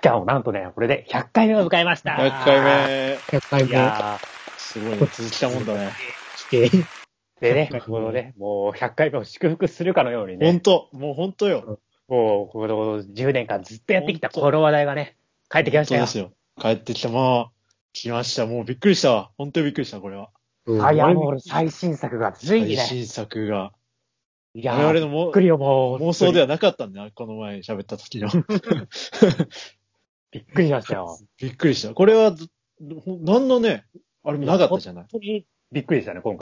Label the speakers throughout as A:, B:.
A: きゃもなんとね、これで100回目を迎えました。
B: 100回。目。
C: 100回
A: い
C: も
A: や
B: すごいね。続きたもんだね。
C: 来て、
A: ーでね、このね、もう100回目を祝福するかのように
B: ほん
A: ね、
B: と、もうほんとよ。
A: もうこの10年間ずっとやってきたこの話題がね、帰ってきました
B: 本当
A: よ
B: で。すよ。帰ってきた。まあ、来ました。もうびっくりしたわ。本当にびっくりした、これは。
C: うん
A: ファイアーボール最新作がついに
B: 最
A: ね、
B: 新作が。
A: いや
B: 我々
A: ー、
B: の
A: び
B: も
A: っくりよ、もう。
B: 妄想で
A: は。
B: はなかったんだな、この前喋った時の。
A: びっくりしましたよ。本
B: びっくりした。これはず、ほんなんのね、あれもなかったじゃない。
A: 当にびっくりしたね、今回。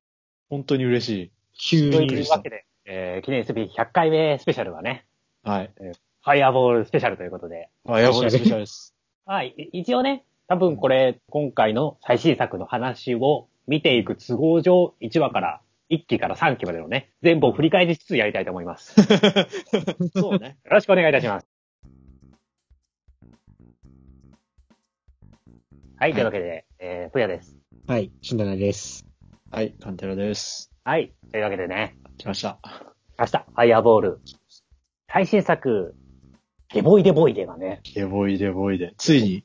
B: 本当に嬉しい。
C: 急
A: と
B: びっく
A: い
B: り
C: に
A: う
B: し。
A: わけで、えー、記念すべき100回目スペシャルはね、
B: はい。
A: ファイアーボールスペシャルということで、
B: あ、やばいスペシャ ルです。
A: はい。い一応ね、多分これ、今回の最新作の話を見ていく都合上、1話から、1期から3期までのね、全部を振り返りつつやりたいと思います。 よ
B: そうね。
A: ろしくお願いいたします。はい、というわけで、えー、ふやです。
C: はい、しんだなです。
B: はい、カンテラです。
A: はい。というわけでね、
B: 来ました。
A: 明日、ファイアーボール、最新作、デボイデボイデがね、
B: デボイデボイデ。ついに、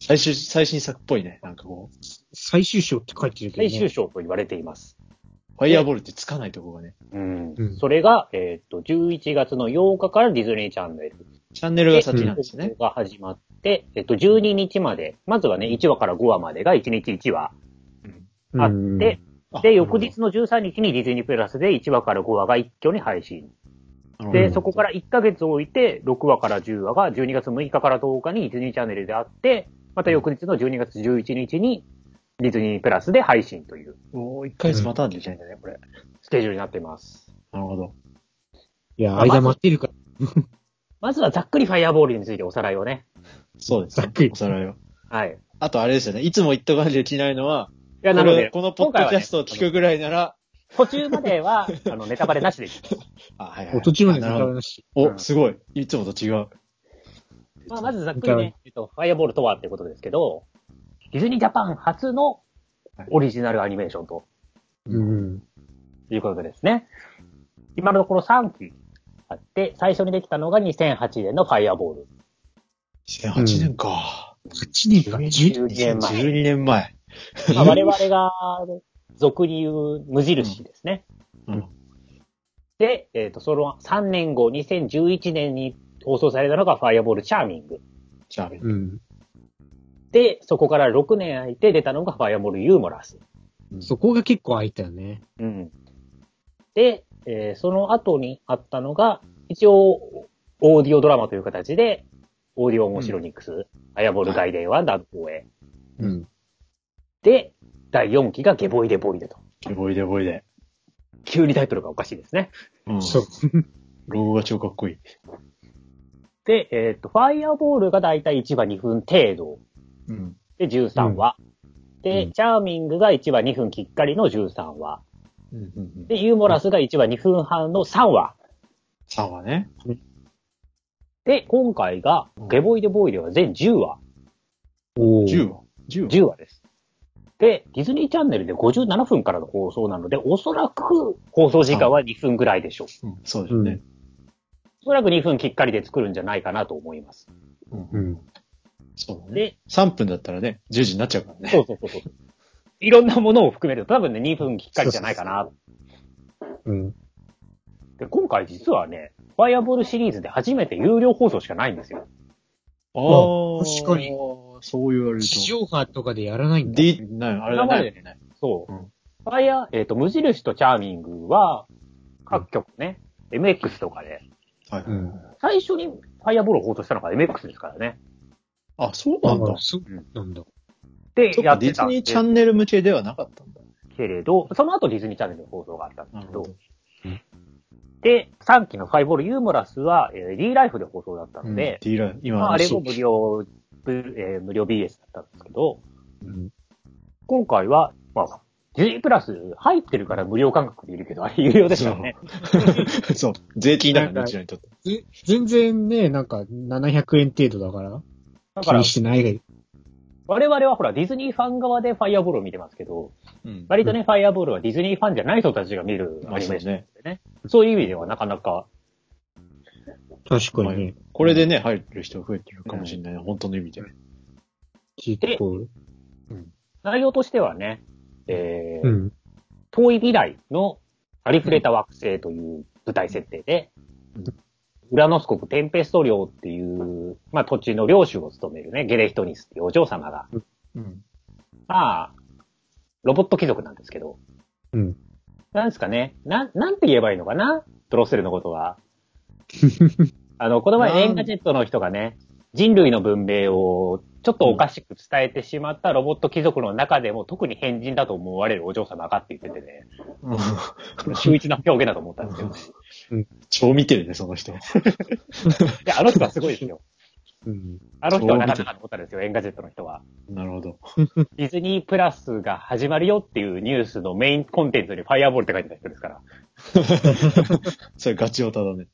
B: 最終、最新作っぽいね。なんかこう、
C: 最終章って書いてるけど、ね。
A: 最終章と言われています。
B: ファイアーボールってつかないとこがね。
A: うん。
C: うん
A: それが、えーっと、11月の8日からディズニーチャンネル
B: チャンネルが先なんです
A: 放
B: ね
A: 送。が始まって、えっと、12日まで、まずはね、1話から5話までが1日1話
B: うん
A: あっ
C: うん
A: て、
B: あ
A: で、翌日の13日にディズニープラスで1話から5話が一挙に配信。
B: なるほど
A: で、そこから1ヶ月置いて、6話から10話が12月6日から10日にディズニーチャンネルであって、また翌日の12月11日にディズニープラスで配信という
B: もう一ヶ月待たなきゃいけないんだね、これ。
A: スケジュールになっています。
B: なるほど。
C: いや、間待ってるから。
A: まずはざっくりファイアボールについておさらいをね。
B: そうです
C: ざっく
B: ね
C: り。
B: おさらいを。
A: はい。
B: あとあれですよね。いつも言っとかなきゃいけないのは、
A: いや、な
B: こ
A: の
B: れ
A: で、
B: このポッドキャストを聞くぐらいなら、
A: 途中までは、あの、ネタバレなしで
B: あ、はいはい
C: お途中まで
B: あ
C: ネ
B: な
C: タ
B: る
C: バ
B: ほ
C: レ
B: ど
C: なし。
A: うん
B: お、すごい。いつもと違う。
A: まあ、まずざっくりね、えっと、ファイアボールとはってことですけど、ディズニージャパン初のオリジナルアニメーションと
C: うん。
A: いうことですね。今のところ3期あって、最初にできたのが2008年のファイアボール。
B: 2008年か。
C: 8年か、10
A: 10年前。
B: 12年前。
A: まあ、我々が俗に言う無印ですね。
B: うん
A: で、えっ、と、その3年後、2011年に放送されたのがファイアボールチャーミング。
B: じゃあ、
C: うん。
A: で、そこから6年空いて出たのがファイアボールユーモラス。
C: そこが結構空いたよね。
A: うん。で、えーその後にあったのが、一応、オーディオドラマという形で、オーディオ面白ニックス、アヤボール外伝はダブ公演。
C: うん。
A: で、第4期がゲボイデボイデと。
B: デボイデボイデ。
A: 急にタイトルがおかしいですね。
B: うん。
C: そう。
B: ロゴが超かっこいい。
A: で、えーっと、ファイアボールがだいたい1話2分程度
B: うん。
A: で13話。で、
C: うん
A: チャーミングが1話2分きっかりの13話。
B: うんうんうん。
A: で、ユーモラスが1話2分半の3話。
B: 3はね。
A: で、今回が、ゲボイデボイデは全10話。
C: おー
B: 10は ?10
A: 10話です。で、ディズニーチャンネルで57分からの放送なので、おそらく放送時間は2分ぐらいでしょう。
B: うん、そうですね。
A: おそらく2分きっかりで作るんじゃないかなと思います。
B: うん
C: う。ん。
B: そうだね。
A: で、
B: 3分だったらね、10時になっちゃうから
A: そ
B: ね。
A: うそうそうそう。いろんなものを含めると多分ね、2分きっかりじゃないかな。
C: うん。
A: で今回実はね、ファイアボールシリーズで初めて有料放送しかないんですよ。
B: ああ。
C: 確かに。
B: そう言われると。
C: 地上波とかでやらないんだ。。
B: D、ない、あれだ
A: 今まで
B: ね。
A: そう。
B: うん
A: ファイア、えっ、と、無印とチャーミングは、各局ね、MX とかで、
B: はいう
C: ん。
A: 最初にファイアボールを放送したのが MX ですからね。
B: あ、そうなんだ
C: あ。そうなんだ。
A: で
B: そ、っ
A: や
B: か、
A: っ
B: デ
A: て
B: ィズ
A: たん
B: ニ
A: で
B: ーチャンネル向けではなかったんだ。
A: けれど、その後ディズニーチャンネルの放送があったんで
B: な
A: す
B: る
A: け
B: ほ
A: ど、
B: ど。
A: で、3期のファイボールユーモラスは、えー、D ライフで放送だったので、
B: D ライン、今
A: まあ、あれも
B: そう
A: 無料、ぶえー無料 BS だったんですけど、
C: うん。
A: 今回は、まあ、ディズニープラス入ってるから無料感覚でいるけど、あれ有料ですからね。
B: そう。税金だからね、うちらにとって。
C: ぜ全然ね、なんか700円程度だから、
A: だ
C: 気
A: から
C: に、してないが
A: 我々はほら、ディズニーファン側でファイアボールを見てますけど、
B: うん。
A: 割とね、ファイアボールはディズニーファンじゃない人たちが見る
B: ま
A: ア
B: あ
A: ニ
B: そう
A: メー
B: です
A: ション
B: ね。
A: でね。そういう意味ではなかなか、
C: 確かにね。
B: これでね、入る人増えてるかもしれない。本当の意味で。
C: ちっと。
A: 内容としてはね、えー
C: うん。
A: 遠い未来のありふれた惑星という舞台設定で、
B: うん
A: ウラノス国テンペスト領っていう、まあ土地の領主を務めるね、ゲレヒトニスっていうお嬢様が、
B: うん。
A: まあ、ロボット貴族なんですけど、
C: うん。
A: なんですかね、なん、なんて言えばいいのかなドロッセルのことは。あの、この前、エンガジェットの人がね、人類の文明をちょっとおかしく伝えてしまったロボット貴族の中でも特に変人だと思われるお嬢様がって言っててね、 秀逸な表現だと思ったんですけど、
B: 超見てるね、その人。
A: いや、あの人はすごいです よ。
C: うん。
A: あの人はなかなかと思ったんですよ、エンガジェットの人は。
B: なるほ ど。
A: ディズニープラスが始まるよっていうニュースのメインコンテンツにファイアボールって書いてた人ですから。
B: それガチオタだね。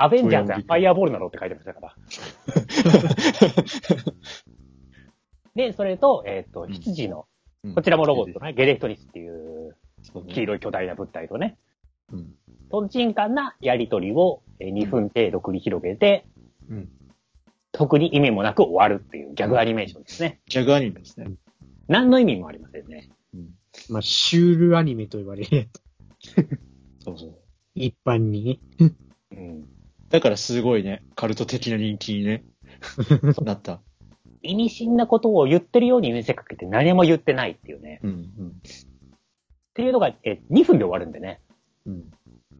A: アベンジャーズはファイアボールなのって書いてましたから。で、それと、えっ、と、
B: うん
A: 羊の、こちらもロボットね、ゲレヒトリスっていう
B: そうね。
A: 黄色い巨大な物体とね、
B: うん
A: とんちんかんなやりとりをえー2分程度繰り広げて、
B: うん
A: 特に意味もなく終わるっていうギャグアニメーションですね。
B: ギャグアニメですね。
A: 何の意味もありませんね。
B: うん。
C: まあ、シュールアニメと言われるや つ。
B: そうそう。
C: 一般にね。
A: うん、
B: だからすごいね、カルト的な人気に ね、なった。
A: 意味深なことを言ってるように見せかけて何も言ってないっていうね。
B: うん、うん、
A: っていうのが、えー2分で終わるんでね。
B: うん。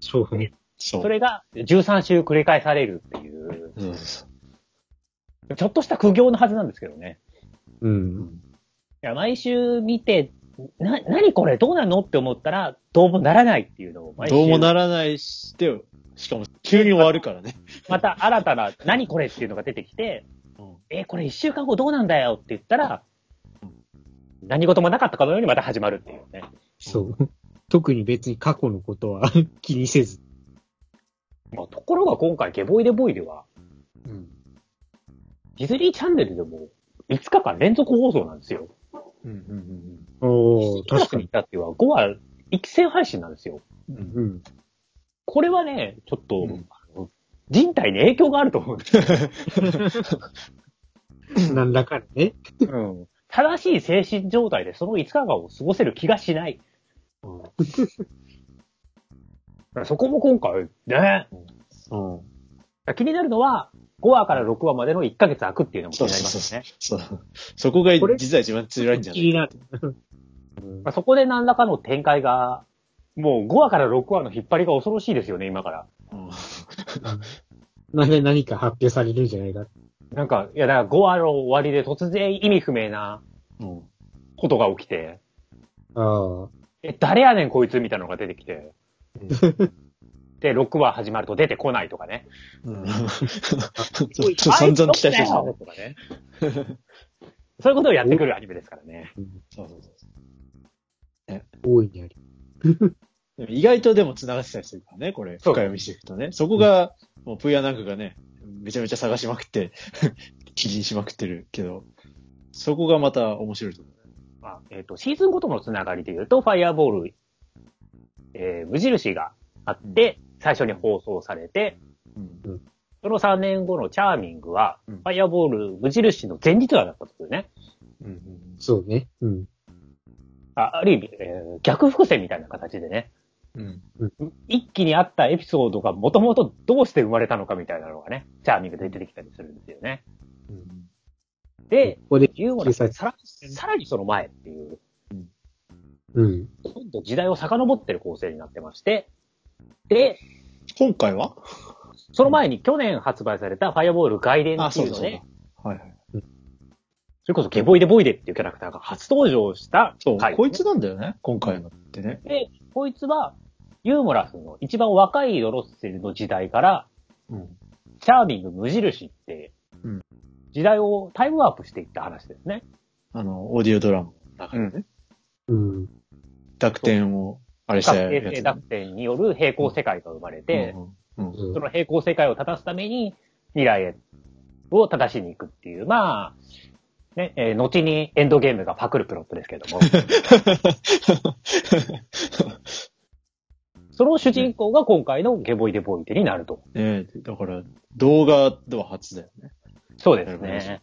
C: そう。
B: そう。
A: それが13週繰り返されるっていう、
B: そうそうそう。
A: ちょっとした苦行のはずなんですけどね。
C: う。
B: うんん
A: いや、毎週見て、な、何これどうなのって思ったら、どうもならないっていうのを毎週、
B: どうもならないし、で、しかも急に終わるからね。
A: また新たな、何これっていうのが出てきて、え、これ一週間後どうなんだよって言ったら、何事もなかったかのようにまた始まるっていうね。
C: そう。特に別に過去のことは 気にせず。
A: まあ、ところが今回、ゲボイデボイでは、
B: うん。
A: ディズニーチャンネルでも、5日間連続放送なんですよ。
B: うん、うん、
C: お
A: クラスに。至っては5話、一斉配信なんですよ。
B: うん。うん
C: うん。
A: これはね、ちょっと、
B: うん
A: あの人体に影響があると思うんですよ。
C: なんだかんだね。
A: 正しい精神状態でその5日間を過ごせる気がしない。 そこも今回、ね。
C: うん。
A: 気になるのは、5話から6話までの1ヶ月空くっていうのも気
B: そ
A: に
B: う
A: なりま
B: そう
A: す
B: そう
A: ね。。
B: そう。そこが
C: これ
B: 実は一番辛いんじゃない
C: 気になる。
A: まあ、そこで何らかの展開が、もう5話から6話の引っ張りが恐ろしいですよね、今から。
B: うん
C: なんで何か発表されるんじゃないか。
A: なんか、いや、だから5話の終わりで突然意味不明な
B: うん。
A: ことが起きて、
C: ああ。
A: え、誰やねんこいつみたいなのが出てきて、で、6話始まると出てこないとかね。
B: うん。ちょっと散々期待してしま
A: あいつどっか
B: う。
A: よとかね。そういうことをやってくるアニメですからね。
B: そうそうそう
C: 大いにあり。
B: でも意外とでも繋がってたりするからね、これ。
A: そ
B: 深
A: う
B: 読みしていくとね。そこが、もうプーヤなんかがね、めちゃめちゃ探しまくって、 記事にしまくってるけど、そこがまた面白いと思
A: まあ、えっ、と、シーズンごとのつながりで言うと、ファイアボール、えー、無印があって、最初に放送されて、
B: う。
A: その3年後のチャーミングは、
B: うん
A: ファイアボール無印の前日話だったんですよね。
B: うん。
C: そうね。うん。
A: あある意味、えー逆伏線みたいな形でね、
B: うん。うん。
A: 一気にあったエピソードがもともとどうして生まれたのかみたいなのがね、チャーミングで出てきたりするんですよね。
B: うん。
A: で
C: こ、こで、
A: ユーモラスさらさらにその前っていう、
C: うん。
A: 今度時代を遡ってる構成になってまして、で、
B: 今回は
A: その前に去年発売されたファイアボール外伝っ
B: あ、
A: て
B: そ
A: いうう
B: だ
A: の
B: そう
A: ね
B: だ、。はいはい。
A: それこそゲボイデボイデっていうキャラクターが初登場した
B: そう、
A: 回
B: こいつなんだよね、今回のってね。
A: こいつは、ユーモラスの一番若いドロッセルの時代から、
B: うん。
A: チャーミング無印って
B: うん、
A: 時代をタイムワープしていった話ですね。
B: あの、オーディオドラマの中でね、
C: うん。
B: 濁点を、あれしたや
A: 平成
B: つ、
A: 濁点による平行世界が生まれて、
B: うん、 うん。
A: その平行世界を正すために、未来を正しに行くっていう、まあ、ね、えー後にエンドゲームが パクるプロットですけれども、その主人公が今回のゲボイデボイデになると。
B: ねえ、だから、動画では初だよね。
A: そうです
B: なるほ
A: ね。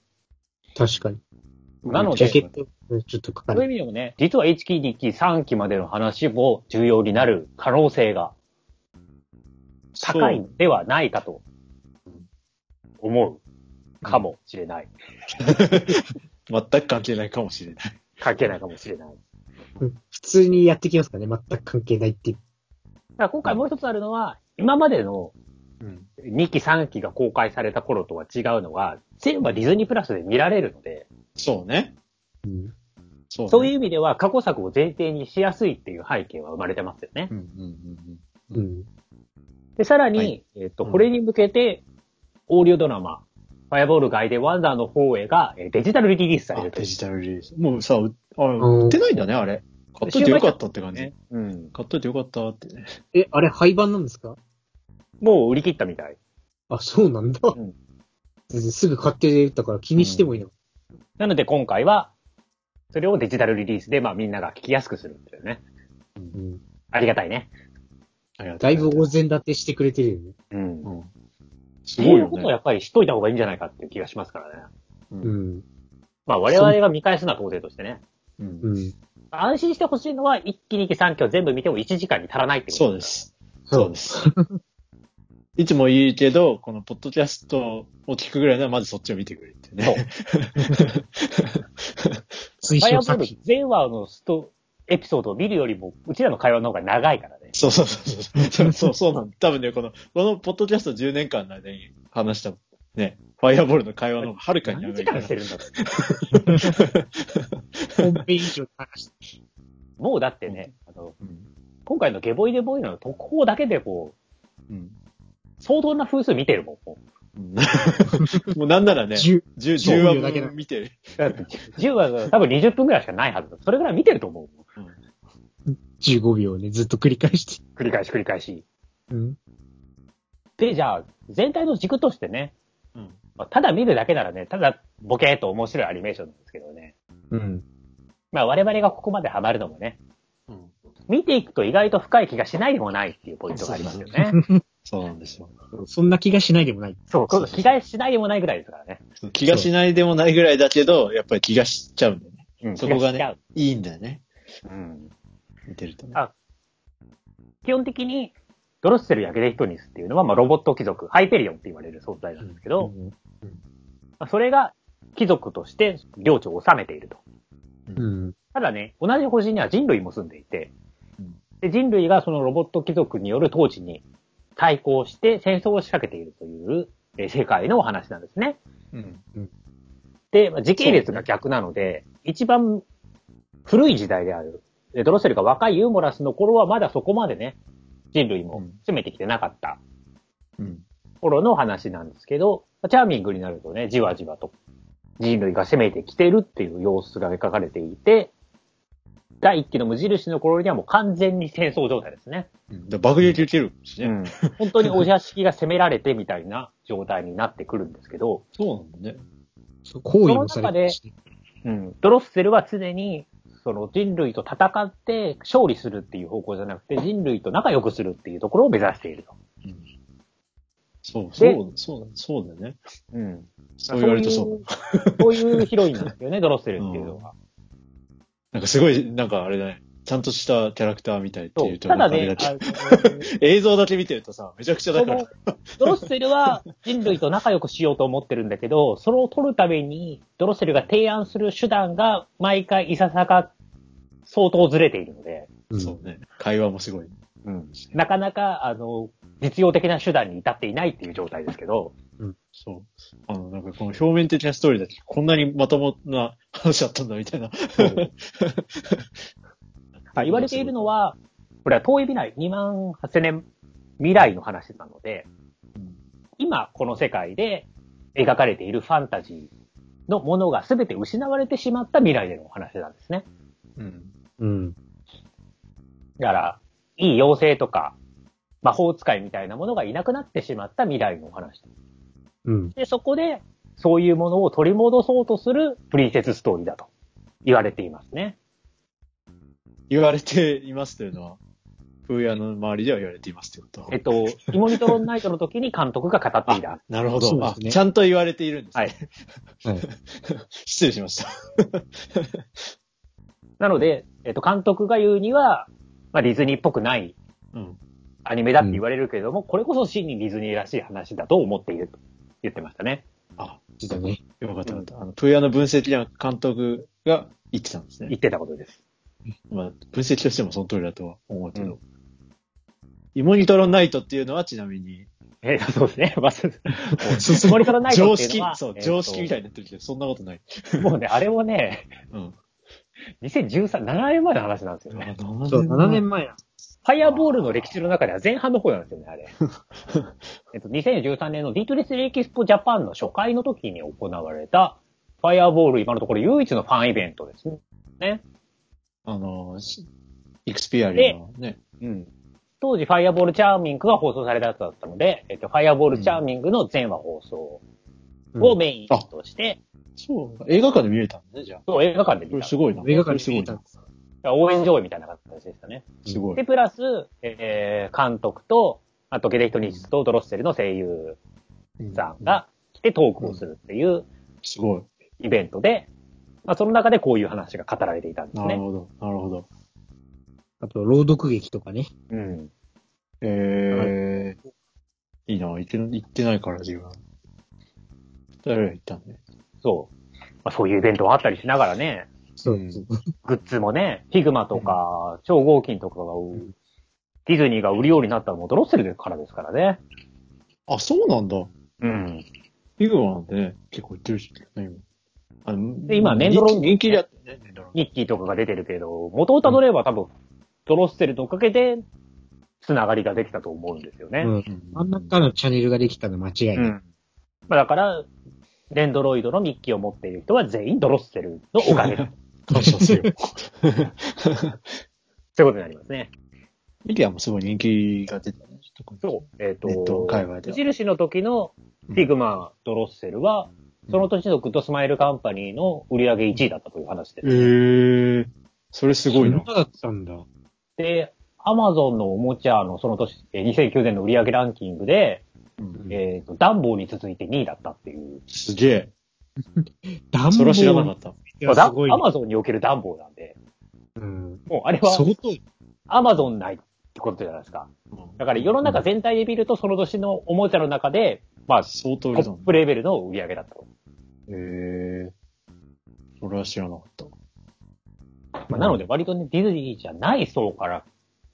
C: 確かに。
A: なの
C: ジ
A: で
C: ャケット、ちょっと書か
A: そういう
C: れ
A: 意
C: て。
A: 味でもね、実は1期、2期、3期までの話も重要になる可能性が高い
B: そう。
A: んではないかと思うかもしれない。
B: 全く関係ないかもしれない。
A: 関係ないかもしれない。
C: 普通にやってきますからね。全く関係ないっていう。
A: だから今回もう一つあるのは、今までの
B: うん。
A: 2期、3期が公開された頃とは違うのは、全部はディズニープラスで見られるので、
B: そうね。
C: うん。
B: そうね。
A: そういう意味では過去作を前提にしやすいっていう背景は生まれてますよね。
B: うんうんうん
C: うん。
A: で、さらに、
B: はい
A: えっ、と、
B: うん
A: これに向けて、オーディオドラマ、ファイアボールガイデンワンダーの方へがえーデジタルリリースさ
B: うん。
A: れ
B: あ、
A: るとい
B: デ
A: う。
B: ジタルリリース。もうさ、うあ
C: ん
B: 売ってないんだね、あれ。買っといてよかったって感じ。
A: ねうん。
B: 買っといてよかったってね。
C: え、あれ廃盤なんですか
A: もう売り切ったみたい。
C: あ、そうなんだ。
A: ん
C: すぐ買って打ったから気にしてもいいの。
A: なので今回は、それをデジタルリリースで、まあみんなが聞きやすくするんだよね。
C: うん。
A: ありがたいね。
B: ありがとう
C: だいぶ
B: ご
C: お
B: ざ
C: 膳立てしてくれてるよね。
A: うん。
B: いますうん。す
A: そう
B: ご
A: い
B: い
A: う
B: よ
A: ことを
B: ね。
A: やっぱりしといた方がいいんじゃないかっていう気がしますからね。
C: うん。
A: まあ我々が見返すのは当然としてね。
B: うん
C: うん。
A: 安心してほしいのは、一気に2期3期を全部見ても1時間に足らないってこと
B: そうです。そうです。 いつも言うけど、このポッドキャストを聞くぐらいならまずそっちを見てくれってね。
A: そう
C: 推
A: ファイアボ
C: 奨
A: ー
C: 作
A: ル
C: 品。
A: 全話のスト、エピソードを見るよりも、うちらの会話の方が長いからね。
B: そうそうそうそう。そう そうそうなん多分ね、この、このポッドキャスト10年間の間に話した、ね、ファイアボールの会話の方がはるかに
A: 何
B: 長
A: 時
B: いから
A: 間し。てるんだろう
C: 本編以上話して。
A: もうだってね、あの、
B: うん
A: 今回のゲボイデボイの特報だけでこ
B: うん
A: う、相当な風数見てるもん。もう
B: うん。 もうなんならね、
C: 10
B: 10,
C: そう
B: 10話
C: 10だけだ
B: 分見てる。
A: だって、10話が多分20分くらいしかないはずだ。それぐらい見てると思う。
C: 15秒ね、ずっと繰り返して。
A: 繰り返し繰り返し。
C: うん。
A: で、じゃあ、全体の軸としてね、
B: うん。
A: まあただ見るだけならね、ただボケーっと面白いアニメーションなんですけどね。
C: うん。
A: まあ我々がここまでハマるのもね、
B: うん
A: 見ていくと意外と深い気がしないでもないっていうポイントがありますよ ね。
B: そうなんですよ。
C: そんな気がしないでもない。
A: そう、そう気がしないでもないぐらいですからね。
B: そう気がしないでもないぐらいだけど、やっぱり気がしちゃうんだよね。
A: うん
B: そこが
A: 気し
B: ね
A: ちゃう
B: いいんだよね。
A: うん
B: 見てるとね。
A: あ基本的に、ドロッセルやゲデヒトニスっていうのは、まあ、ロボット貴族、ハイペリオンって言われる存在なんですけど、まあ、それが貴族として領地を治めていると。
C: うん。
A: ただね、同じ星には人類も住んでいて
B: うん、
A: で人類がそのロボット貴族による統治に対抗して戦争を仕掛けているという、えー世界のお話なんですね。
B: うん。
A: で、まあ時系列が逆なので、一番古い時代である。でドロッセルが若いユーモラスの頃はまだそこまでね、人類も攻めてきてなかった
B: うん。
A: 頃の話なんですけど、チャーミングになるとね、じわじわと人類が攻めてきてるっていう様子が描かれていて、第一期の無印の頃にはもう完全に戦争状態ですね。
B: うんで爆撃受けるしね。
A: 本当にお屋敷が攻められてみたいな状態になってくるんですけど、
B: そうなんだね。
C: そう行為もされてるしね。
A: うん、ドロッセルは常に、その人類と戦って勝利するっていう方向じゃなくて、人類と仲良くするっていうところを目指していると。
B: そう、そう、そう、そうだよね。
A: うん。
B: そう言われるとそう。
A: そういう。そういうヒロインなんですよね、ドロッセルっていうのは。
B: なんかすごい、なんかあれだね。ちゃんとしたキャラクターみたいって
A: そ
B: いう
A: う。
B: と
A: ただ
B: なんかあれ
A: ね
B: だ、けど
A: あの
B: 映像だけ見てるとさ、めちゃくちゃだ
A: そ
B: から
A: の。、ドロッセルは人類と仲良くしようと思ってるんだけど、それを取るために、ドロッセルが提案する手段が、毎回いささか相当ずれているので、
C: うん
B: そうね。会話もすごい。
A: なかなか、あの、実用的な手段に至っていないっていう状態ですけど、
B: そう。あの、なんかこの表面的なストーリーだけ、こんなにまともな話だったんだみたいな。
A: 言われているのは、これは遠い未来、2万8000年未来の話なので、
B: うん、
A: 今この世界で描かれているファンタジーのものが全て失われてしまった未来でのお話なんですね。
B: うん。
C: うん。
A: だから、いい妖精とか、魔法使いみたいなものがいなくなってしまった未来のお話。
C: うん。
A: で、そこで、そういうものを取り戻そうとするプリンセスストーリーだと言われていますね。
B: 言われていますというのは、プーヤの周りでは言われていますってこと
A: え。っ と、イモリトロンナイトの時に監督が語っていた。
B: なるほ
C: そ
B: ど、
C: うで
B: あ
C: すね
B: ちゃんと言われているんです、
A: はい。
C: はい。
B: 失礼しました。
A: なので、えっと、監督が言うには、まあ、ディズニーっぽくない
B: うん。
A: アニメだって言われるけれども、これこそ真にディズニーらしい話だと思っていると言ってましたね。
B: あ、
C: そうだね。
B: よかったよかった。あの、プーヤの分析では監督が言ってたんですね。
A: 言ってたことです。
B: まあ、分析としてもその通りだとは思うけど。イモニトロナイトっていうのはちなみに、
A: えーそうですね。 まず、
B: そう
A: モリトロンナイト
B: 常
A: っていう
B: 識
A: のは、
B: そう
A: え、ー
B: 常識みたいになってるけど、そんなことない。
A: もうね、あれをね、
B: うん。
A: 2013、7年前の話なんですよね。
C: そう、7
B: 7
C: 年前や。
A: ファイアボールの歴史の中では前半の方なんですよね、 あれ。えっと、2013年のディートレスエキスポジャパンの初回の時に行われた、ファイアボール今のところ唯一のファンイベントですね。
B: あの、しイクスピアリアのね。
A: うん。当時、ファイアボールチャーミングが放送されたやつだったので、えっと、ファイアボールチャーミングの全話放送をメインとして、
B: そう。映画館で見れたんだね、じゃあ。
A: そう映画館で
B: こ
A: 見
B: れ
A: た。
B: すごいな。
C: 映画
B: こ
C: 館
B: れ
C: に
B: す
C: 見
B: ごい
C: に行った
B: な。
C: んです。
A: 応援上映みたいな形でしたね。
B: すごい
A: で、。プラス、えー、監督と、あと、ゲレヒトニッツとドロッセルの声優さんが来てトークをするっていう
B: すごい。
A: イベントで、まあ、その中でこういう話が語られていたんです
B: なる
A: ね。
B: ほど。なるほど。
C: あと、朗読劇とかね。
A: うん。
B: えー、いいな行って、行ってないから、自分は。誰が行ったんだね。
A: そう。まあ、そういうイベントがあったりしながらね、
C: そう
B: うん
C: そう。
A: グッズもね、フィグマとか、超合金とかが、ディズニーが売るようになったのもドロッセルからですからね。
B: あ、そうなんだ。
A: うん。
B: フィグマなんてね、結構売ってるし、ね、今。あの
A: で今年度論
B: 人気だったね、年度論
A: ニッキーとかが出てるけど、元をたどれば多分、ドロッセルのおかげで、つながりができたと思うんですよね。
C: うん。真ん中のチャンネルができたの間違いない。
A: うん。まあだから、レンドロイドのミッキーを持っている人は全員ドロッセルのおか げだ。
B: 感謝せよ。
A: そういうことになりますね。
B: ミキアもすごい人気が出てたね。
A: そう。えっ、
B: ネット
A: と、
B: 界隈
A: 無
B: では
A: 印の時のフィグマ、ドロッセルは、その年のグッドスマイルカンパニーの売り上げ1位だったという話で
B: え
A: す。
B: ー、それすごい
C: そ。
B: なん
C: だったんだ。
A: で、アマゾンのおもちゃのその年、えー2009年の売り上げランキングで、
B: うん
A: えっ、と、ダンボーに続いて2位だったっていう。
B: すげえ。
C: ダンボー
B: それは知らなかった。
C: いや
A: ダ
C: す
A: ン
C: ごい
A: ア。マゾンにおけるダンボーなんで、
C: うん。
A: もうあれは
C: 相当、
A: アマゾンないってことじゃないですか。だから世の中全体で見るとその年のおもちゃの中で、まあ、ト
B: 相当売れた
A: ッ
B: んだ。
A: プレベルの売り上げだったと。
B: えー、それは知らなかった。
A: まあ、なので割とね、ディズニーじゃない層から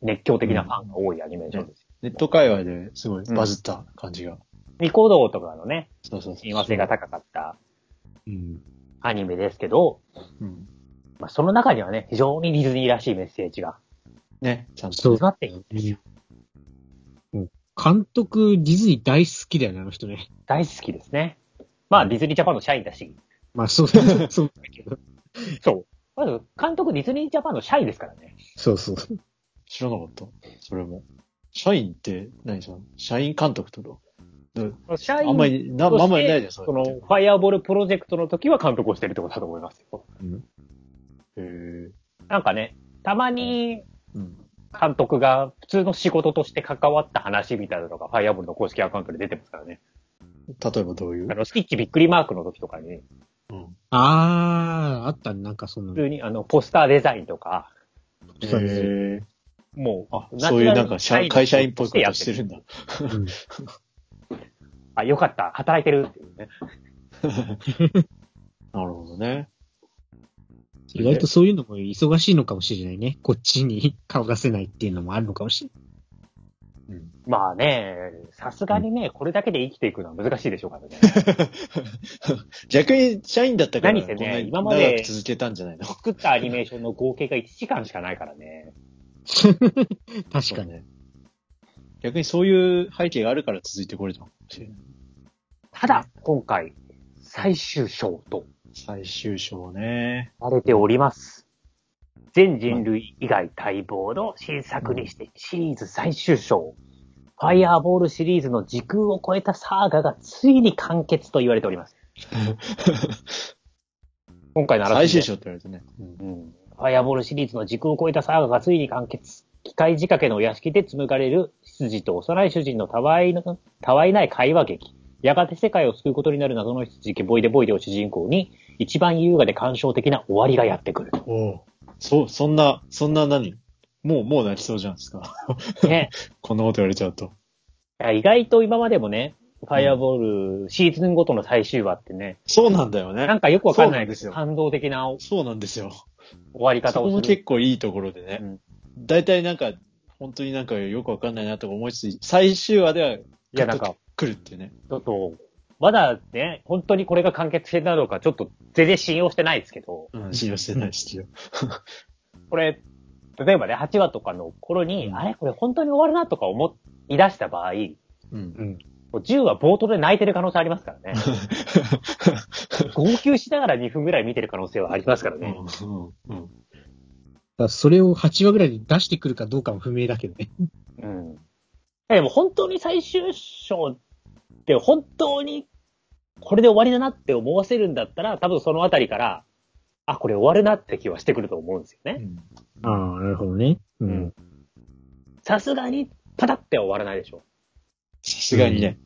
A: 熱狂的なファンが多いアニメーションです。
B: ネット界隈ですごいバズった感じが。
A: ニコ動とかのね、
B: そうそうそう。
A: 親和性が高かった
C: うん。
A: アニメですけど、
B: うん。
A: まあ、その中にはね、非常にディズニーらしいメッセージが
B: ね、ちゃんと。
C: そう
A: 詰まっている。
C: もう監督、ディズニー大好きだよね、あの人ね。
A: 大好きですね。まあ、ディズニージャパンの社員だし。
C: まあ、そう、そうだけど。
A: そう。まず、監督ディズニージャパンの社員ですからね。
C: そうそう。
B: 知らなかった。それも。社員って何その社員監督とかど
A: 社員
B: あんまり、な、あんまりないじゃん、そ
A: そ
B: れ
A: の、
B: って。
A: ファイアボールプロジェクトの時は監督をしてるってことだと思いますよ。
B: へー
A: なんかね、たまに
B: うん。
A: 監督が普通の仕事として関わった話みたいなのが、ファイアボールの公式アカウントで出てますからね。
B: 例えばどういう
A: あの、スピッチびっくりマークの時とかに、
B: うん。
C: あー、あったね、なんかその
A: 普、通にあの、ポスターデザインとか、
C: へ
B: へー
A: もう、
B: あ、そういうなんか社、会社員っぽいことしてるんだ。
C: うん
A: あ、よかった、働いてるっていうね。
B: なるほどね。
C: 意外とそういうのも忙しいのかもしれないね。こっちに 顔出せないっていうのもあるのかもしれない。
B: うん。
A: まあね、さすがにね、これだけで生きていくのは難しいでしょうからね。
B: 逆に社員だったから、
A: 何せね
B: こんなに
A: 今まで
B: 長く続けたんじゃないの
A: 作ったアニメーションの合計が1時間しかないからね。
C: 確かに。
B: ね。逆にそういう背景があるから続いてこれたのかもしれない。
A: ただ、今回、最終章と
B: 最終章ね。
A: 言われております。全人類以外待望の新作にしてシリーズ最終章。ファイアーボールシリーズの時空を超えたサーガがついに完結と言われており ます。今回の争いで
B: 最終章って言われてね。うん
A: うん。ファイアーボールシリーズの時空を超えたサーガがついに完結。機械仕掛けのお屋敷で紡がれる羊と幼い主人のたわいのたわいない会話劇。やがて世界を救うことになる謎の羊、ボイデボイデを主人公に、一番優雅で感傷的な終わりがやってくる。
B: おうそう、そんな、そんな何もう、もう泣きそうじゃないですか。
A: ね。
B: こんなこと言われちゃうと。
A: いや意外と今までもね、ファイアボール、シーズンごとの最終話ってね、
B: そうなんだよ
A: なん
B: ね。
A: かよくわかんない
B: そうな
A: 感動的な終
B: そうなんですよ。
A: わり
B: そ
A: 方を
B: こも
A: する。
B: 結構いいところで
A: う
B: ね
A: ん。
B: 大体、なんか、本当になんかよくわかんないなとか思いつつ、最終話では、
A: いや、なんか、、
B: 来るっていうね。
A: ちょっと、まだね、本当にこれが完結してたのか、ちょっと全然信用してないですけど、
B: うん、信用してないですよ。
A: これ、例えばね、8話とかの頃に、
B: うん
A: あれこれ本当に終わるなとか思い出した場合、
B: うん。
C: うん。
A: もう10話冒頭で泣いてる可能性ありますから ね。号泣しながら2分ぐらい見てる可能性はありますから
B: う
A: ね。
B: んうんうん
C: だからそれを8話ぐらいに出してくるかどうかも不明だけどね。
A: うん。でも本当に最終章って本当にこれで終わりだなって思わせるんだったら、多分そのあたりから、あ、これ終わるなって気はしてくると思うんですよ
B: う
A: ね。
B: ん
C: ああ、なるほどね。う
A: うん。さすがに、パタっては終わらないでしょ。
B: さすがにね。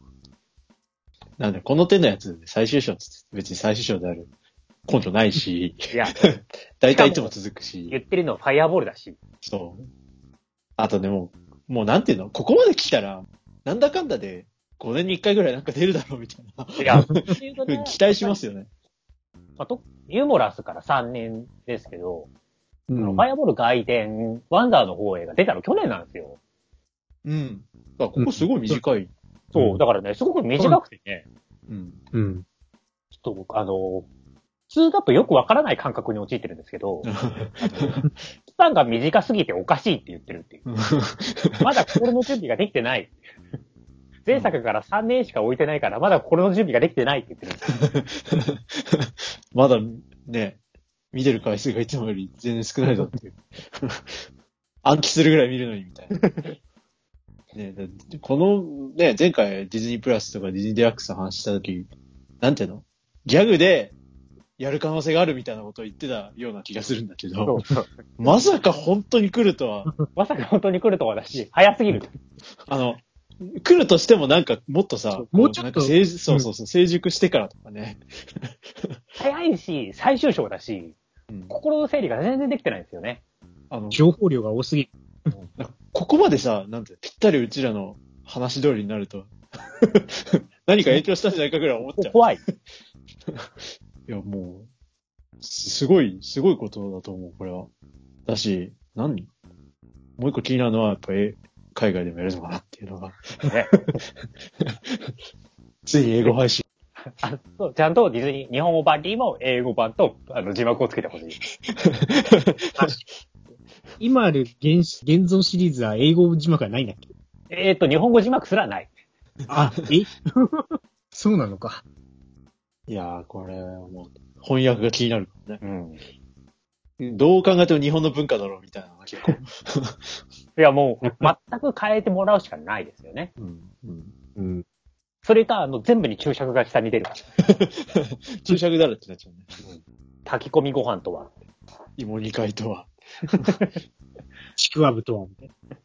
B: なんで、この手のやつ、最終章っつって別に最終章である根拠ないし、
A: いや、
B: 大体いつも続く
A: 言
B: し、
A: ってるのはファイアボールだし。
B: そう。あとね、もう、もうなんていうのここまで来たら、なんだかんだで5年に1回ぐらいなんか出るだろうみたいな。
A: い や、
B: 期待しますよね。
A: まあとユーモラスから3年ですけど、
C: うん
A: ファイアボール外伝、ワンダーの放映が出たの去年なんですよ。
B: うん。あ、ここすごい短い。
A: そう、だからね、すごく短くてね、
B: うん。
C: うん。
A: ちょっと、あの、普通だとよくわからない感覚に陥ってるんですけ ど、期間が短すぎておかしいって言ってるっていう。まだ心の準備ができてない。前作から3年しか置いてないから、まだ心の準備ができてないって言ってるんですよ。
B: まだね、見てる回数がいつもより全然少ないぞっていう。 暗記するぐらい見るのにみたいな。ね、だってこの、ね、前回ディズニープラスとかディズニーデラックスの話した時、なんていうのギャグでやる可能性があるみたいなことを言ってたような気がするんだけど、
A: そう
B: まさか本当に来るとは、
A: まさか本当に来るとはだし、早すぎる。
B: あの、来るとしてもなんかもっとさ、
C: もうちょっと
B: なんか成熟そうそうそう、成熟してからとかね。
A: 早いし、最終章だし、
B: うん
A: 心の整理が全然できてないんですよね。
B: あの
C: 情報量が多すぎる。
B: なんかここまでさ、なんて、ぴったりうちらの話通りになると、 何か影響したんじゃないか ぐらい思っちゃう。
A: 怖い。
B: いや、もう、すすごい、すごいことだと思う、これは。だし、何もう一個気になるのは、やっぱり、海外でもやるのかなっていうのが。
A: ね
B: ついに英語配信。
A: あそうちゃんとディズニー、日本語版にも英語版とあの字幕をつけてほしい。
C: 今ある現し現存シリーズは英語字幕はないんだっけ
A: えっ、と、日本語字幕すらない。
C: あ、え そうなのか。
B: いやー、これ、もう、翻訳が気になるからね。
A: うん。い
B: どう考えても日本の文化だろう、みたいなのが結構。
A: や、もう、全く変えてもらうしかないですよね。
B: うん。うん。
C: うん。
A: それか、あの、全部に注釈が下に出る。
B: 注釈だらってなっちゃうね。
A: 炊き込みご飯とは。
B: 芋煮会とは。
C: ちくわぶとは、みたいな。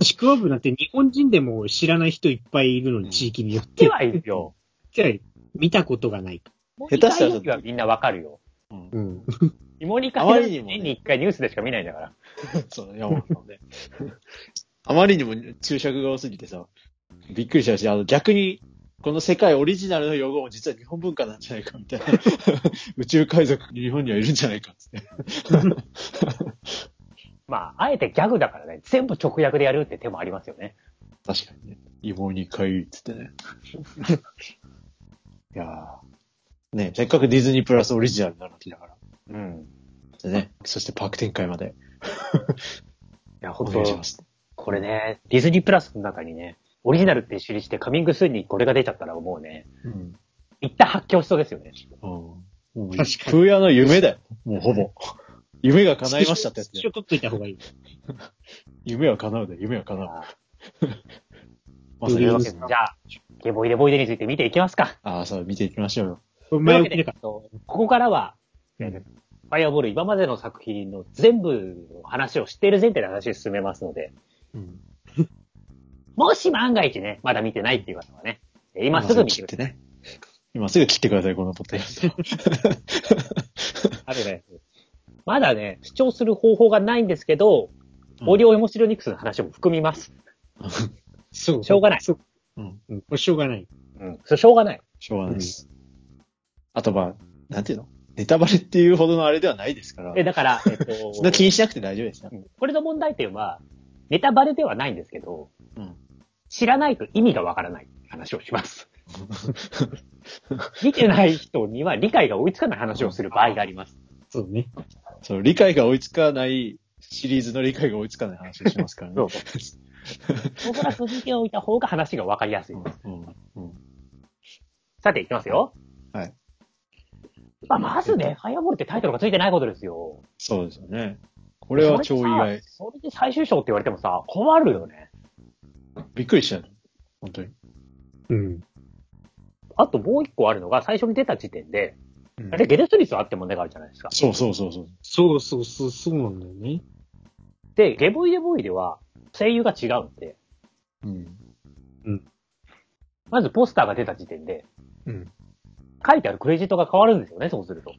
C: ちくわぶなんて日本人でも知らない人いっぱいいるのに、地域によっ
A: で
C: ては。
A: はいるよ。
C: 見たことがない。
A: もう
B: 下手したら
A: 見い時はみんなわかるよ。
B: うん
C: うん。
A: 芋煮
B: あま
A: 会
B: りに
A: 年
B: もね
A: に一回ニュースでしか見ないんだから。
B: そうだ、山本さんね。あまりにも注釈が多すぎてさ、びっくりしたし、あの逆に、この世界オリジナルの用語も実は日本文化なんじゃないかみたいな。 宇宙海賊、日本にはいるんじゃないかっつって。
A: まあ、あえてギャグだからね、全部直訳でやるって手もありますよね。
B: 確かにね。芋にかゆいっつってね。いやーねせっかくディズニープラスオリジナルなわけだから。
A: うん。
B: でね、そしてパーク展開まで
A: いや、
B: お
A: 本
B: 願いしま
A: 当
B: す。
A: これね、ディズニープラスの中にね、オリジナルって一緒にしてカミングスーンにこれが出ちゃったらもうね、
B: うん。
A: 一旦発狂しそうですよね。
B: うん。もう、プ
C: 確かに
B: ーヤの夢だよ。もうほ ぼ。夢が叶いましたってやつ
C: ス
B: だ
C: クシ
B: よ
C: ョ取っといた方がい い。
B: 夢は叶うだよ、夢は叶う。 まあ、
C: そ
B: そう
A: と
B: れ
A: いう
B: は
A: わけで、じゃあ、ゲボイデボイデについて見ていきますか。
B: ああ、そう、見ていきましょうよ。
C: 前置
A: と
C: き
A: いう
C: だ
A: わけ
C: か
A: でここからは、
C: ら。
A: ファイアボール今までの作品の全部の話を知っている前提で話を進めますので、
B: うん。
A: もし万が一ね、まだ見てないっていう方はね、えー今すぐ見てくだ
B: 切ってね。今すぐ切ってください、このポッドキャス ト。
A: さい。あとねまだね、視聴する方法がないんですけど、オーディオエモシロニクスの話も含みます。
C: そう。
A: しょうがない
C: そう。
B: うん。
C: うん、これしょうがない。
A: うん。それしょうがない。
B: しょうがないです。あとまあ、なんていうのネタバレっていうほどのあれではないですから
A: え、。だから、えっ と、
B: そんな気にしなくて大丈夫ですよ。
A: うんこれの問題点は、ネタバレではないんですけど、
B: うん
A: 知らないと意味がわからない話をします。見てない人には理解が追いつかない話をする場合があります。
C: そうね。
B: そう、理解が追いつかない、シリーズの理解が追いつかない話をしますからね。
A: そう。僕ら続きを置いた方が話がわかりやすい。
B: うんうん
A: さて、いきますよ。
B: はい。
A: まあ、まずね、ハイアボールってタイトルがついてないことですよ。
B: そうですよね。こ
A: こ
B: れは超意外。
A: それで最終章って言われてもさ、困るよね。
B: びっくりしちゃう。本当に。
C: うん。
A: あともう一個あるのが、最初に出た時点で、
B: うん
A: あれ、ゲルスリスはあって問題があるじゃないですか。
B: そうそうそうそう。
C: そうそうそう、そうなんだよね。
A: で、ゲボイデボイでは声優が違うんで、
B: うん。
A: まずポスターが出た時点で、
B: うん。
A: 書いてあるクレジットが変わるんですよね、そうすると。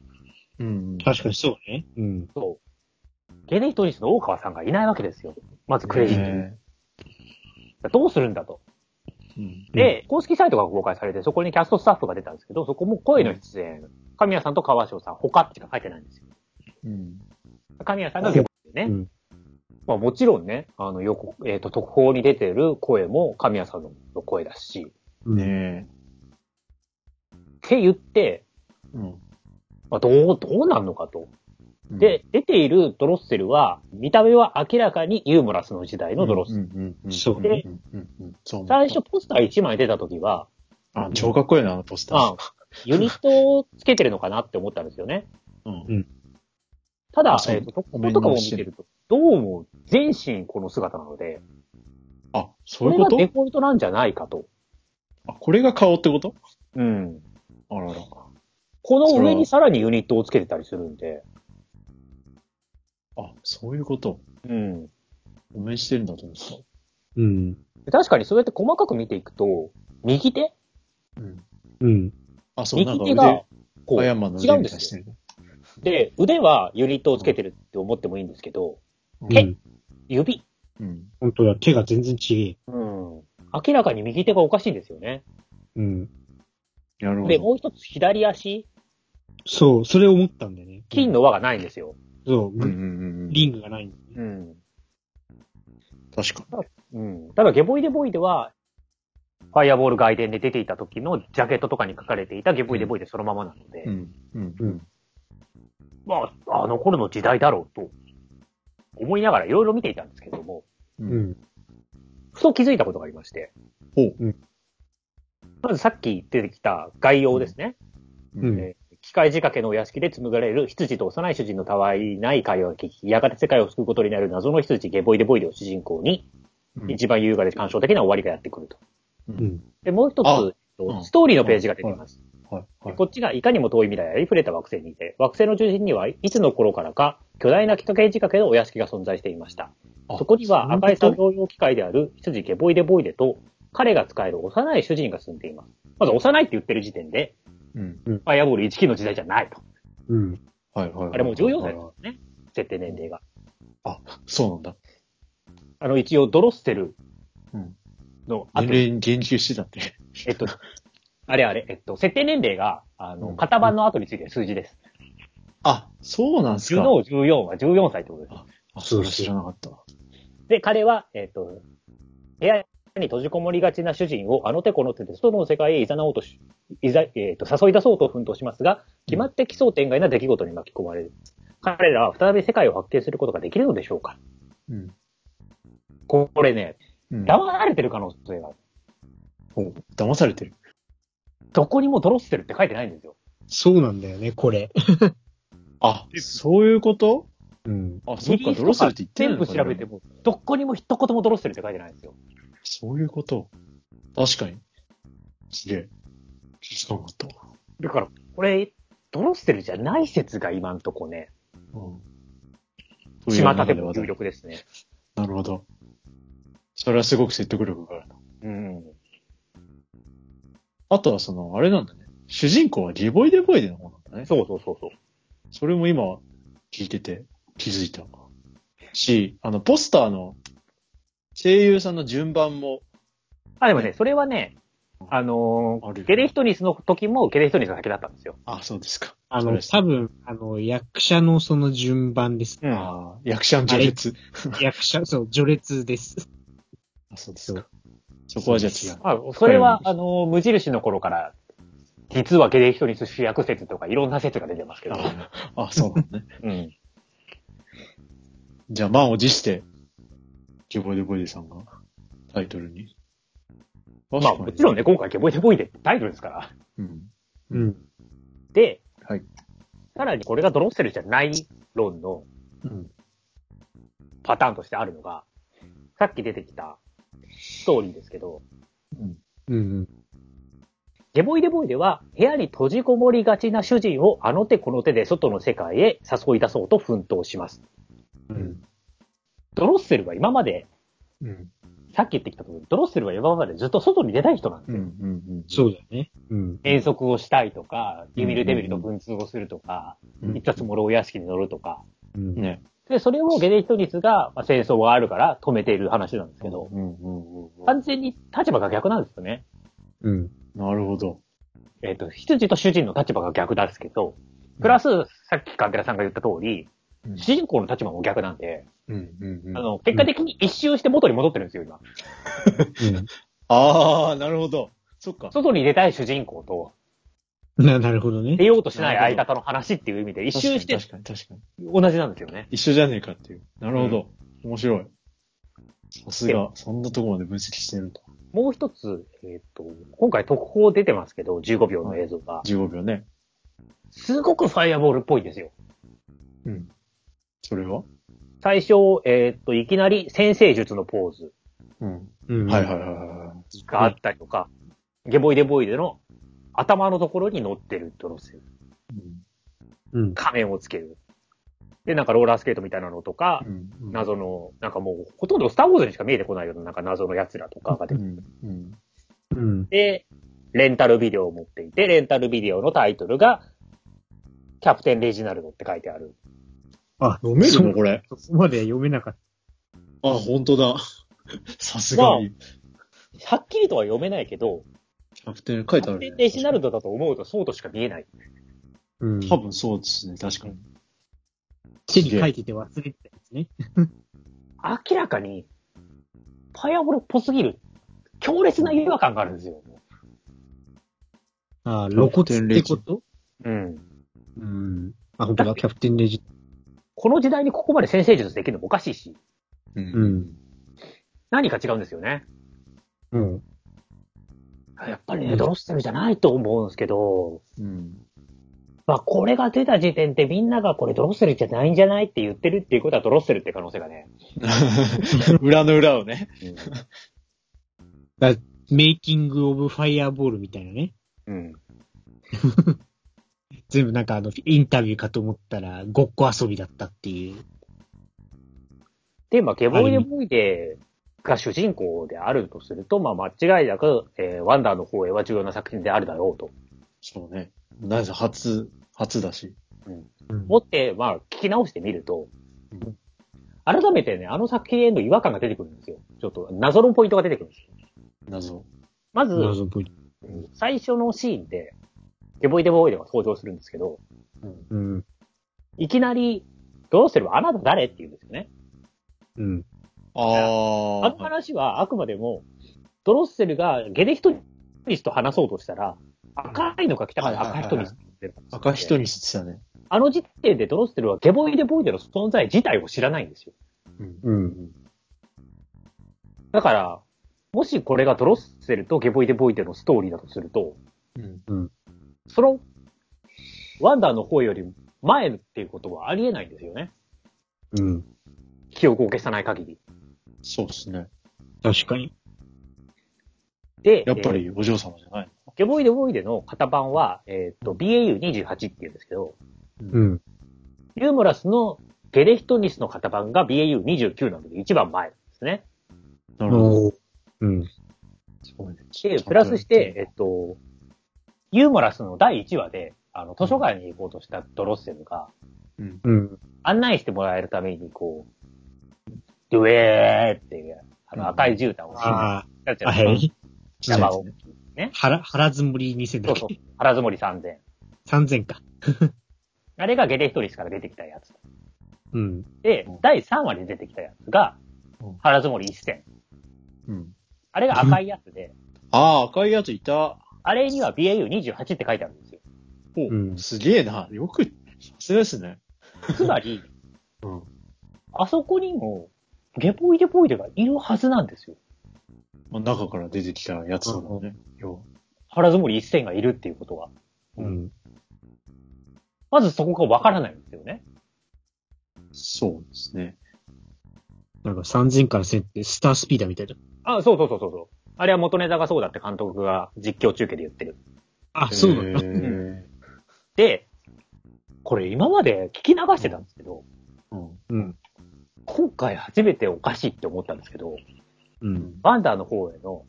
B: うん。
C: 確かにそうね。うん。
A: そう。ゲネヒトリスの大川さんがいないわけですよ。まずクレジットに。
B: ね
A: どうするんだと。
B: うん
A: で、公式サイトが公開されて、そこにキャストスタッフが出たんですけど、そこも声の出演、神谷さんと川翔さん、他しか書いてないんですよ。
B: うん。
A: 神谷さんがゲボイでね。
C: うん
A: まあもちろんね、あの、よく、えっ、と、特報に出てる声も神谷さんの声だし、
B: ね
A: って言って、
B: え。うん。
A: まあ、どう、どうなんのかと。
B: うん、
A: で、出ているドロッセルは、見た目は明らかにユーモラスの時代のドロッセル。
B: うんうんうん。
C: そう
A: ね
B: うんうんうん。そう思った
A: 最初、ポスター1枚出た時は、
B: あ、超かっこいいな、あのポスター。
A: あユニットをつけてるのかなって思ったんですよね。
B: うん。
A: ただ
B: あ、そう
A: えっ、と、特攻とかも見てると、どうも全身この姿なので、
B: あ、そ
A: こ
B: う
A: れ
B: いうこ
A: が
B: と
A: デフォルトなんじゃないかと。
B: あ、これが顔ってこと
A: うん。
B: あらら。
A: この上にさらにユニットをつけてたりするんで、
B: あ、そういうこと。
A: うん。
B: お面してるんだと思って
C: うん。
A: 確かにそうやって細かく見ていくと、右手
B: た。うん。
C: うん。
B: あ、そう、なん
A: 右
B: か
A: 手
B: 腕、
A: が、こ
B: アイア
A: う、
B: ンマンの
A: 違う
B: 腕
A: ん
B: み
A: で
B: たい
A: すよ
B: にしてる。
A: で、腕はユニットをつけてるって思ってもいいんですけど、
C: う
A: え
C: ん。
A: 指。
B: うん。
C: 本当だ、手が全然違
A: うん。明らかに右手がおかしいんですよね。
C: え。うん。
B: なるほ
A: で、
B: ど。
A: もう一つ左足、
C: そう、それを思ったんだよね。
A: 金の輪がないんですよ。
C: そうう、
B: んうんうんうん。
C: リングがないんだよね。
A: ん。
B: 確か。
A: うん。ただ、ゲボイデボイでは、ファイアボール外伝で出ていた時のジャケットとかに書かれていたゲボイデボイでそのままなので、
B: うん。うんうん。
A: まあ、あの頃の時代だろうと、思いながらいろいろ見ていたんですけども、
B: うん
C: うん。
A: ふと気づいたことがありまして。
B: ほう
C: うん
A: まずさっき出てきた概要ですね。
C: う
A: え
C: ん。
A: ー機械仕掛けのお屋敷で紡がれる羊と幼い主人のたわいない会話が聞き、やがて世界を救うことになる謎の羊ゲボイデボイデを主人公に、
B: うん
A: 一番優雅で感傷的な終わりがやってくると。
C: うん。
A: で、もう一つ
B: あう
A: と、
B: ん
A: ストーリーのページが出てきます。
B: はい。はい。
A: こっちがいかにも遠い未来ありふれた惑星にいて、惑星の中心にはいつの頃からか巨大な機械仕掛けのお屋敷が存在していました。
B: あ
A: そこには赤い
B: そうい
A: 作
B: うこ
A: 業用機械である羊ゲボイデボイデと彼が使える幼い主人が住んでいます。まず幼いって言ってる時点で、
B: うん。
A: ファイアボール1期の時代じゃないと。
C: うん。
B: はいはい。
A: あれもう14歳ですね。設定年齢が。
B: あ、そうなんだ。
A: あの、一応ドロッセル
B: うん
A: の後
B: 年
A: に、
B: 齢に言及してたって。
A: えっと、あれあれ、えっと、設定年齢が、あ
B: う
A: の、
B: ん
A: 型番の後についてる数字です。
B: あ、そうなんす
A: 10
B: か。
A: の14は14歳ってことです。
B: あ、それ知らなかった。
A: で、彼は、えっ、と、部屋に閉じこもりがちな主人をあの手この手で外の世界へ誘おうとし、いざ、えっ、と、誘い出そうと奮闘しますが、決まって奇想天外な出来事に巻き込まれる。彼らは再び世界を発見することができるのでしょうか
B: うん。
A: これね、
B: うん
A: 騙されてる可能性がある。
B: お騙されてる。
A: どこにもドロッセルって書いてないんですよ。
C: そうなんだよね、これ。
B: あ、そういうこと
C: うん。
B: あ、そっか、
A: リリースと
B: ドロッセルって言ってん
A: 全
B: の
A: 部
B: か
A: 調べても、どこにも一言もドロッセルって書いてないんですよ。
B: そういうこと。確かに。すげえ。知らなかった。
A: だから、これ、ドロッセルじゃない説が今んとこね、
B: というよ
A: 巷
B: うな中
A: で
B: で
A: も
B: 話
A: 有
B: 題。
A: 力ですね。
B: なるほど。それはすごく説得力があるな。
A: うん。
B: あとはその、あれなんだね。主人公はリボイデボイデの方なんだね。
A: そうそうそうそう。
B: それも今、聞いてて気づいた。し、あの、ポスターの声優さんの順番も
A: あ、でもね、それはね、あの
B: あるよ
A: ゲレヒトニスの時もゲレヒトニスが先だったんですよ。
B: あ、そうですか。
C: あ
B: そう
C: の、
B: です
C: 多分、あの、役者のその順番 です。
A: うん。
B: ああ、役者の序列。
C: 役者、そう、序列です。
B: あ、そうですか。そこはじゃあ違う。
A: まあ、それは、あの無印の頃から、実はゲレヒトニス主役説とかいろんな説が出てますけど。
B: ああ、そうなんだね。
A: うん。
B: じゃあ、満を持して、ゲボイデボイデさんがタイトルに。
A: まあ、もちろん
B: ね。
A: ね、今回ゲボイデボイデってタイトルですから。
B: うん。
C: うん。
A: で、
B: はい
A: さらにこれがドロッセルじゃない論の
B: うん。
A: パターンとしてあるのが、さっき出てきたストーリーですけど、
B: うん。
C: うん。
A: ゲボイデボイデは部屋に閉じこもりがちな主人をあの手この手で外の世界へ誘い出そうと奮闘します。
C: うん。
A: ドロッセルは今まで、
C: うん。
A: さっき言ってきたとおり、ドロッセルは今までずっと外に出たい人なんです
B: うん。う
A: よ。
B: ん。
C: そうだね。うん。
A: 遠足をしたいとか、
B: うん
A: ユミルデビルと文通をするとか、
B: うん
A: いったつもろお屋敷に乗るとか。
C: うん。
B: ね。
A: で、それをゲネヒトリスが、まあ、戦争があるから止めている話なんですけど、
B: うんうんうん。
A: 完全に立場が逆なんですよね。
C: うん。
B: なるほど。
A: えっ、と、羊と主人の立場が逆なんですけど、プラス、さっきカンテラさんが言った通り、
B: うん
A: 主人公の立場も逆なんで、
B: うんうんうん。
A: あ
B: あ
A: の、結果的に一周して元に戻ってるんですよ、今。
B: あー、なるほど。そっか。
A: 外に出たい主人公と、
C: うん。 な、なるほど
A: 出
C: ね。
A: ようとしない相方の話っていう意味で、一周して
B: 確かに確かに。
A: 同じなんですよね。
B: 一緒じゃねえかっていう。なるほど。面白い。さすが、そんなとこまで分析してると。
A: もう一つ、えっ、と、今回特報出てますけど、15秒の映像が。
B: 15秒ね。
A: すごくファイアボールっぽいんですよ。
B: うん。それは
A: 最初、えっ、と、いきなり先生術のポーズ
B: うん。
C: うん。
B: はいはいはいは
A: があったりとか、ゲボイデボイデの頭のところに乗ってるドロス。
B: い。
C: うん。
A: 仮面をつける。で、なんかローラースケートみたいなのとか、
B: うん。うん。
A: 謎の、なんかもうほとんどスターウォーズにしか見えてこないようななんか謎の奴らとかが出
B: う
A: てき
B: ん。うん。
C: うん。
A: て、レンタルビデオを持っていて、レンタルビデオのタイトルが、キャプテン・レジナルドって書いてある。
C: あ、
B: 飲める
C: そう
B: のこれ。
C: そこまで読めなかっ
B: あ、本当だ。 さすがに。
A: はっきりとは読めないけど、
B: キャプテン書い
A: キ
B: てあ
A: ャプ
B: る、
A: テ
B: ね。
A: ン・レジナルドだと思うとそうとしか見えない。
C: た。うん。
B: 多分そうですね、確かに。
C: 手に書いてて忘れてたんですね。
A: 明らかに、パイアボロっぽすぎる。強烈な違和感があるんですよ。
C: ああ、露骨ってこと
A: うん。
C: うん。あ、本当だ、キャプテンレジ。
A: この時代にここまで先生術できるのもおかしいし、
B: う。
C: うんん。
A: 何か違うんですよね。
C: うん。
A: やっぱりね、ドロッセルじゃないと思うんですけど、
B: うん。
A: まあこれが出た時点でみんながこれドロッセルじゃないんじゃないって言ってるっていうことはドロッセルって可能性がね。
B: 裏の裏をね。
C: メイキングオブファイアーボールみたいなね。
A: うん。
C: 全部なんかあの、インタビューかと思ったら、ごっこ遊びだったっていう。
A: で、まあゲボイデボイデが主人公であるとすると、まあ間違いなく、えーワンダーの放映は重要な作品であるだろうと
B: そうね。なぜ初、初だし。
C: うん
A: 思って、まあ聞き直してみると
B: うん、
A: 改めてね、あの作品への違和感が出てくるんですよ。ちょっと謎のポイントが出てくるんですよ。
B: 謎。
A: まず、
C: 謎ポイン
A: 最初のシーンで、ゲボイデボイデが登場するんですけど、
C: ト。うん。
A: いきなり、ドロッセルはあなた誰って言うんですよね。
C: うん。
B: あ
A: あの
B: あ。
A: 話はあくまでも、ドロッセルがゲデヒトリスと話そうとしたら、赤いのが来たから赤い人にって言ってるんですよ
B: 赤人にしてたね。
A: あの時点でドロッセルはゲボイデボイデの存在自体を知らないんですよ。
B: うん。
C: うん。
A: だから、もしこれがドロッセルとゲボイデボイデのストーリーだとすると、
B: うん。
A: その、ワンダーの方より前っていうことはありえないんですよね。
C: うん。
A: 記憶を消さない限り。
B: そうですね。
C: 確かに。
A: で、
B: やっぱ
A: えー
B: りお嬢様じゃない。
A: ゲボイデボイデの型番は、えっ、と、BAU28 って言うんですけど、
C: うん。
A: ユーモラスのゲレヒトニスの型番が BAU29 なので一番前ですね。
B: なるほど。
C: おーうん。
A: で、プラスして、えっと、ユーモラスの第1話で、あの、図書館に行こうとしたドロッセルが、
B: うん。
C: うん。
A: 案内してもらえるために、こう、ドゥエーっていう、あ
B: う
A: の、
B: ん
A: 赤い絨毯を敷い
C: あ
A: てたじ
C: あ、
A: ゃ
C: あ
A: ないです
C: れ、
A: か。山
B: はい
A: を。
C: 腹、腹積もり2000だ
A: そ
C: っ
A: う
C: け
A: そう。原積もり3000。
C: ?3000 か。
A: あれがゲレヒトリスから出てきたやつ。
C: うん。
A: で
B: うん、
A: 第3話で出てきたやつが
B: うん、
A: 原積もり1000。
B: うん。
A: あれが赤いやつで、
B: ああ、赤いやついた。
A: あれには BAU28 って書いてあるんですよ。
B: お
C: うん
B: すげえな。よく、さすがですね。
A: つまり、
B: うん。
A: あそこにも、ゲポイデポイデがいるはずなんですよ。
B: まあ、中から出てきたやつだもんね。よ
A: 原積もり1000がいるっていうことは。
C: うん。
A: まずそこがわからないんですよね。
B: うそうですね。
C: なんか3000から1000ってスタースピーダーみたいだ。
A: あ、そうそうそうそうそう。あれは元ネタがそうだって監督が実況中継で言ってる。
C: あ、そうなんだ。
B: へー
A: で、これ今まで聞き流してたんですけど、
B: うん。
C: うん。
A: 今回初めておかしいって思ったんですけど、
C: うん。
A: バンダーの方への、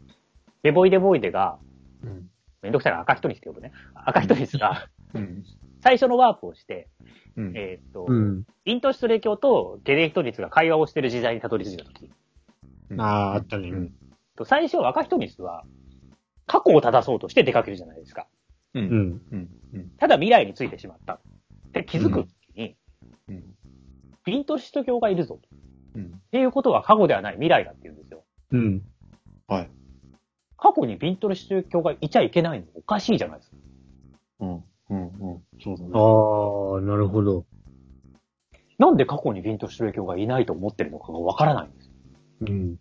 A: デボイデボイデが、
B: うん。
A: めんどくさいな、赤人にして呼ぶね。赤人にすが、
B: うん。
A: 最初のワープをして、
B: うん。
A: えーっと、
C: うん。
A: イントシトレ教とゲレヒトリスが会話をしてる時代にたどり着いたとき、
C: ああ、あったね。
B: うん
A: と最初赤人リスは過去を正そうとして出かけるじゃないですか。
B: う。
C: うんん。
B: うん。うん。
A: ただ未来についてしまった。って気づくときに、
B: うん。
A: イントシト教がいるぞ。っ
B: うん。
A: ていうことは過去ではない未来だって言うんですよ。
C: うん。
B: はい。
A: 過去にビントシト教がいちゃいけないのおかしいじゃないですか。
B: うん。うん。うん。そうだね。
C: ああ、なるほど。
A: なんで過去にビントシト教がいないと思ってるのかがわからないんです。
C: うん。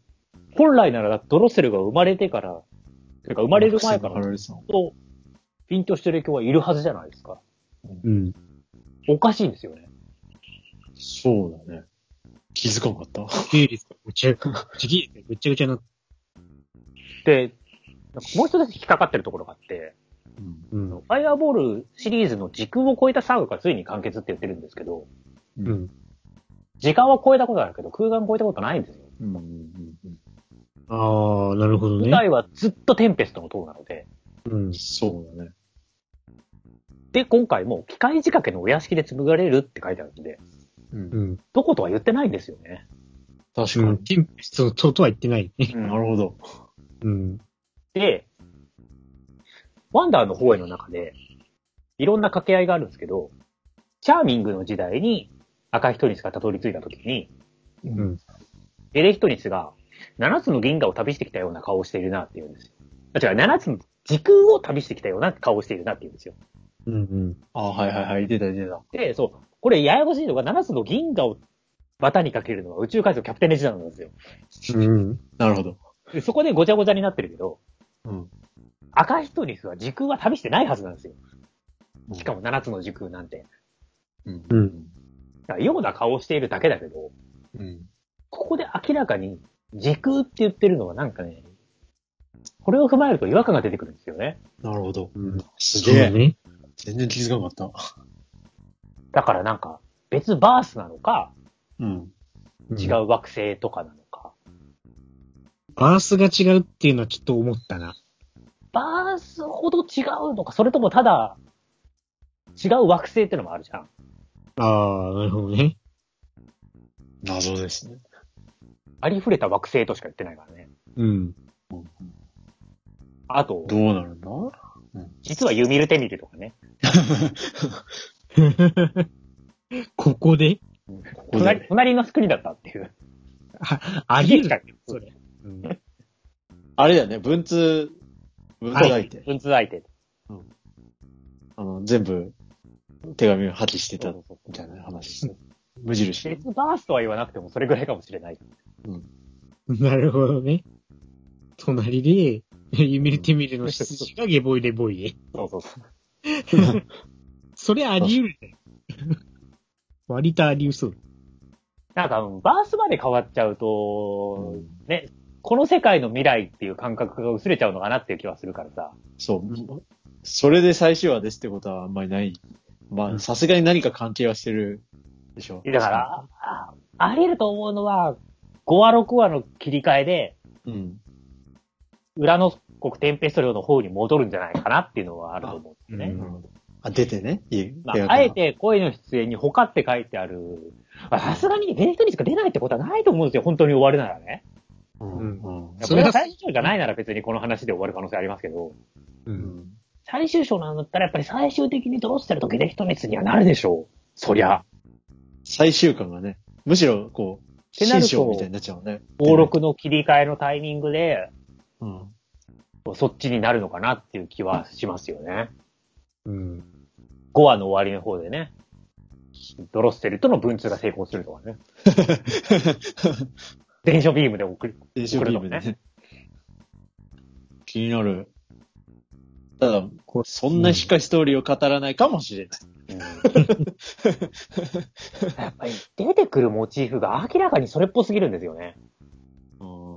A: 本来ならドロッセルが生まれてから、てか生まれる前から
B: ハ
A: ずっ
B: ラレさん。
A: とビントシト教はいるはずじゃないですか。
C: うん。
A: おかしいんですよね。
B: そうだね。気づかなかった。
C: 給料ぐちゃぐちゃ、ぐちゃぐちゃな。
A: で、なんかもう一つ引っかかってるところがあって、
B: うん。
C: うん。
A: ファイアーボールシリーズの時空を超えたサーがついに完結って言ってるんですけど、
B: う
C: うん。
A: 時間は超えたことあるけど、空間を超えたことないんですよ。
B: うん。うん。
C: ああ、なるほど
A: 舞
C: ね。
A: 台はずっとテンペストの塔なので、
C: うん。
B: そうだね。
A: で、今回も機械仕掛けのお屋敷で紡がれるって書いてあるんで、
B: うん
C: う。ん。
A: どことは言ってないんですよね。
B: 確か
C: う
B: に。
C: ん。テンペストととは言ってないね。
B: なるほど。
C: うん。
A: で、ワンダーの方への中で、いろんな掛け合いがあるんですけど、チャーミングの時代に赤一人しかたどり着いた時に、
B: う
C: うん。
A: エレヒトニスが、7つの銀河を旅してきたような顔をしているなって言うんですよ。あ違う、7つの時空を旅してきたような顔をしているなって言うんですよ。
C: うん。うん。
B: あ、はいはいはい。出た出た。
A: で、そう、これややこしいのが7つの銀河を股にかけるのは宇宙海賊キャプテンレジダーなんですよ。
C: うん。
B: なるほど。
A: でそこでごちゃごちゃになってるけど、
B: うん。
A: 赤ヒトニスは時空は旅してないはずなんですよ。しかも7つの時空なんて。
B: うん。
C: うん。
A: だからような顔をしているだけだけど、
B: うん。
A: ここで明らかに時空って言ってるのはなんかね、これを踏まえると違和感が出てくるんですよね。
B: なるほど。
C: うん。
B: す
C: そ
B: げ
C: う
B: え。
C: ね。
B: 全然気づかなかった。
A: だからなんか、別バースなのか、
B: うん。
C: ん
A: 違。う惑星とかなのか。
C: バースが違うっていうのはちょっと思ったな。
A: バースほど違うのか、それともただ、違う惑星ってのもあるじゃん。
C: ああ、なるほどね。
B: 謎ですね。
A: ありふれた惑星としか言ってないからね。
C: うん。
A: あと、
B: どうなるんだ
A: 実はユミルテミルとかね。
C: ここで
B: ここ
A: 隣
B: で。
A: 隣の国だったっていう。
C: ありえる。
A: そ
C: そ
A: れ。
C: うん
B: あれだよね。文通、文通相手。
A: 文通相手。
B: あの、全部、手紙を破棄してた、
A: そうそう
B: みたいな 話。無印。
A: 別バースとは言わなくてもそれぐらいかもしれない。
C: なるほどね。隣で、ユミルテミルの執事がゲボイレボイエ。
A: そうそうそう。
C: それあり得るね。割とあり得そう。
A: なんか、バースまで変わっちゃうと、ね、この世界の未来っていう感覚が薄れちゃうのかなっていう気はするからさ。
B: そう。それで最終話ですってことはあんまりない。まあ、さすがに何か関係はしてるでしょ。
A: だから、ああり得ると思うのは、5話6話の切り替えで、
B: うん。
A: 裏の国テンペスト領の方に戻るんじゃないかなっていうのはあると思うんですね。
B: うんあ、出てね。いい
A: ま
B: 映画
A: あ、
B: から
A: あえて声の出演に他って書いてある。まあさすがにベストにしか出ないってことはないと思うんですよ。本当に終わるならね。
B: うんうん
C: そ
A: これ
C: れは
A: が最終章じゃないなら別にこの話で終わる可能性ありますけど、
C: う。
B: うんん
A: 最終章なんだったらやっぱり最終的にドロッセルとゲデヒトネツにはなるでしょう。そりゃ。
B: 最終巻がね、むしろこう、
A: てなる
B: 新
A: と
B: 章みたいになっちゃうね。
A: 登録の切り替えのタイミングで、
B: うん。
A: そっちになるのかなっていう気はしますよね。
C: うん。
A: 5話の終わりの方でね、ドロッセルとの文通が成功するとかね。電書ビームで送る。
B: 電子ビームでね。気になる。ただ、そんなしっかりストーリーを語らないかもしれない。
A: やっぱり出てくるモチーフが明らかにそれっぽすぎるんですよね。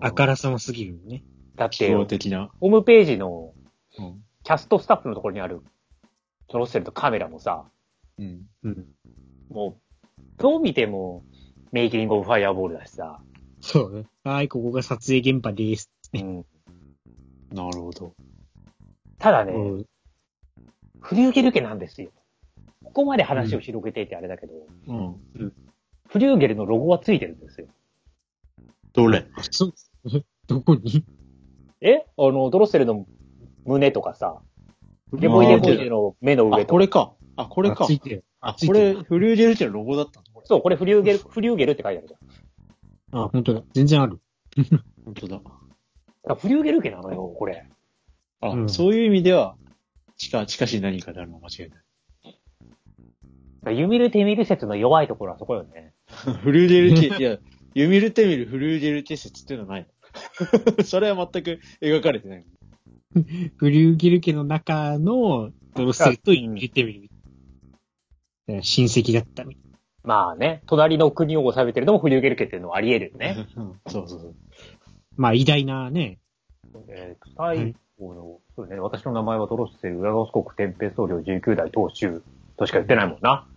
C: あからさますぎるのね。
A: だっ
B: 希
A: て、
B: 望
A: ホ
B: 的な。
A: ームページの
B: うん
A: キャストスタッフのところにある、ドロッセルとカメラもさ、
B: うん。
C: うん。
A: もう、どう見ても、メイキングオブファイアボールだしさ。
C: そうね。はい、ここが撮影現場です。
A: うん
B: なるほど。
A: ただね、
C: うん。
A: 振り受けるけなんですよ。ここまで話を広げていてあれだけど、
B: うん。
A: フリューゲルのロゴはついてるんですよ。
B: どれ
C: そう。 どこに
A: えあの、ドロッセルの胸とかさ、デボイ
B: あ
A: デ
B: ー
A: ボイデの目の上
B: あ、
A: とか
B: これか。あ、これか
C: あつ。いてる。
B: あ、
C: つい
B: こ
C: て
B: れ、
C: る
B: フルーリルってのロゴだったのこれ。
A: そう、これフリューゲル、フリューゲルって書いてあるじゃん。
C: あ、本当だ。全然ある。
B: 本当だ。
A: だからフリューゲル家なのよ、これ。
B: あ、
C: うん
B: そういう意味では、近、近しい何かであるのは間違いない。
A: ユミルテミル説の弱いところはそこよね。
B: フルーデルティ、いや、ユミルテミル、フルーデルティ説っていうのはない の。それは全く描かれてない。
C: グリューギル家の中のドロッセルと言ってみる。だから親戚だったみたい
A: まあね、隣の国を治めてるのもフリューゲル家っていうのはあり得るよね。
B: うんそうそうそう。
C: まあ、偉大なね。
A: えー、最後の、そうね、私の名前はドロッセル、裏ロス国テンペスト領19代当主としか言ってないもんな。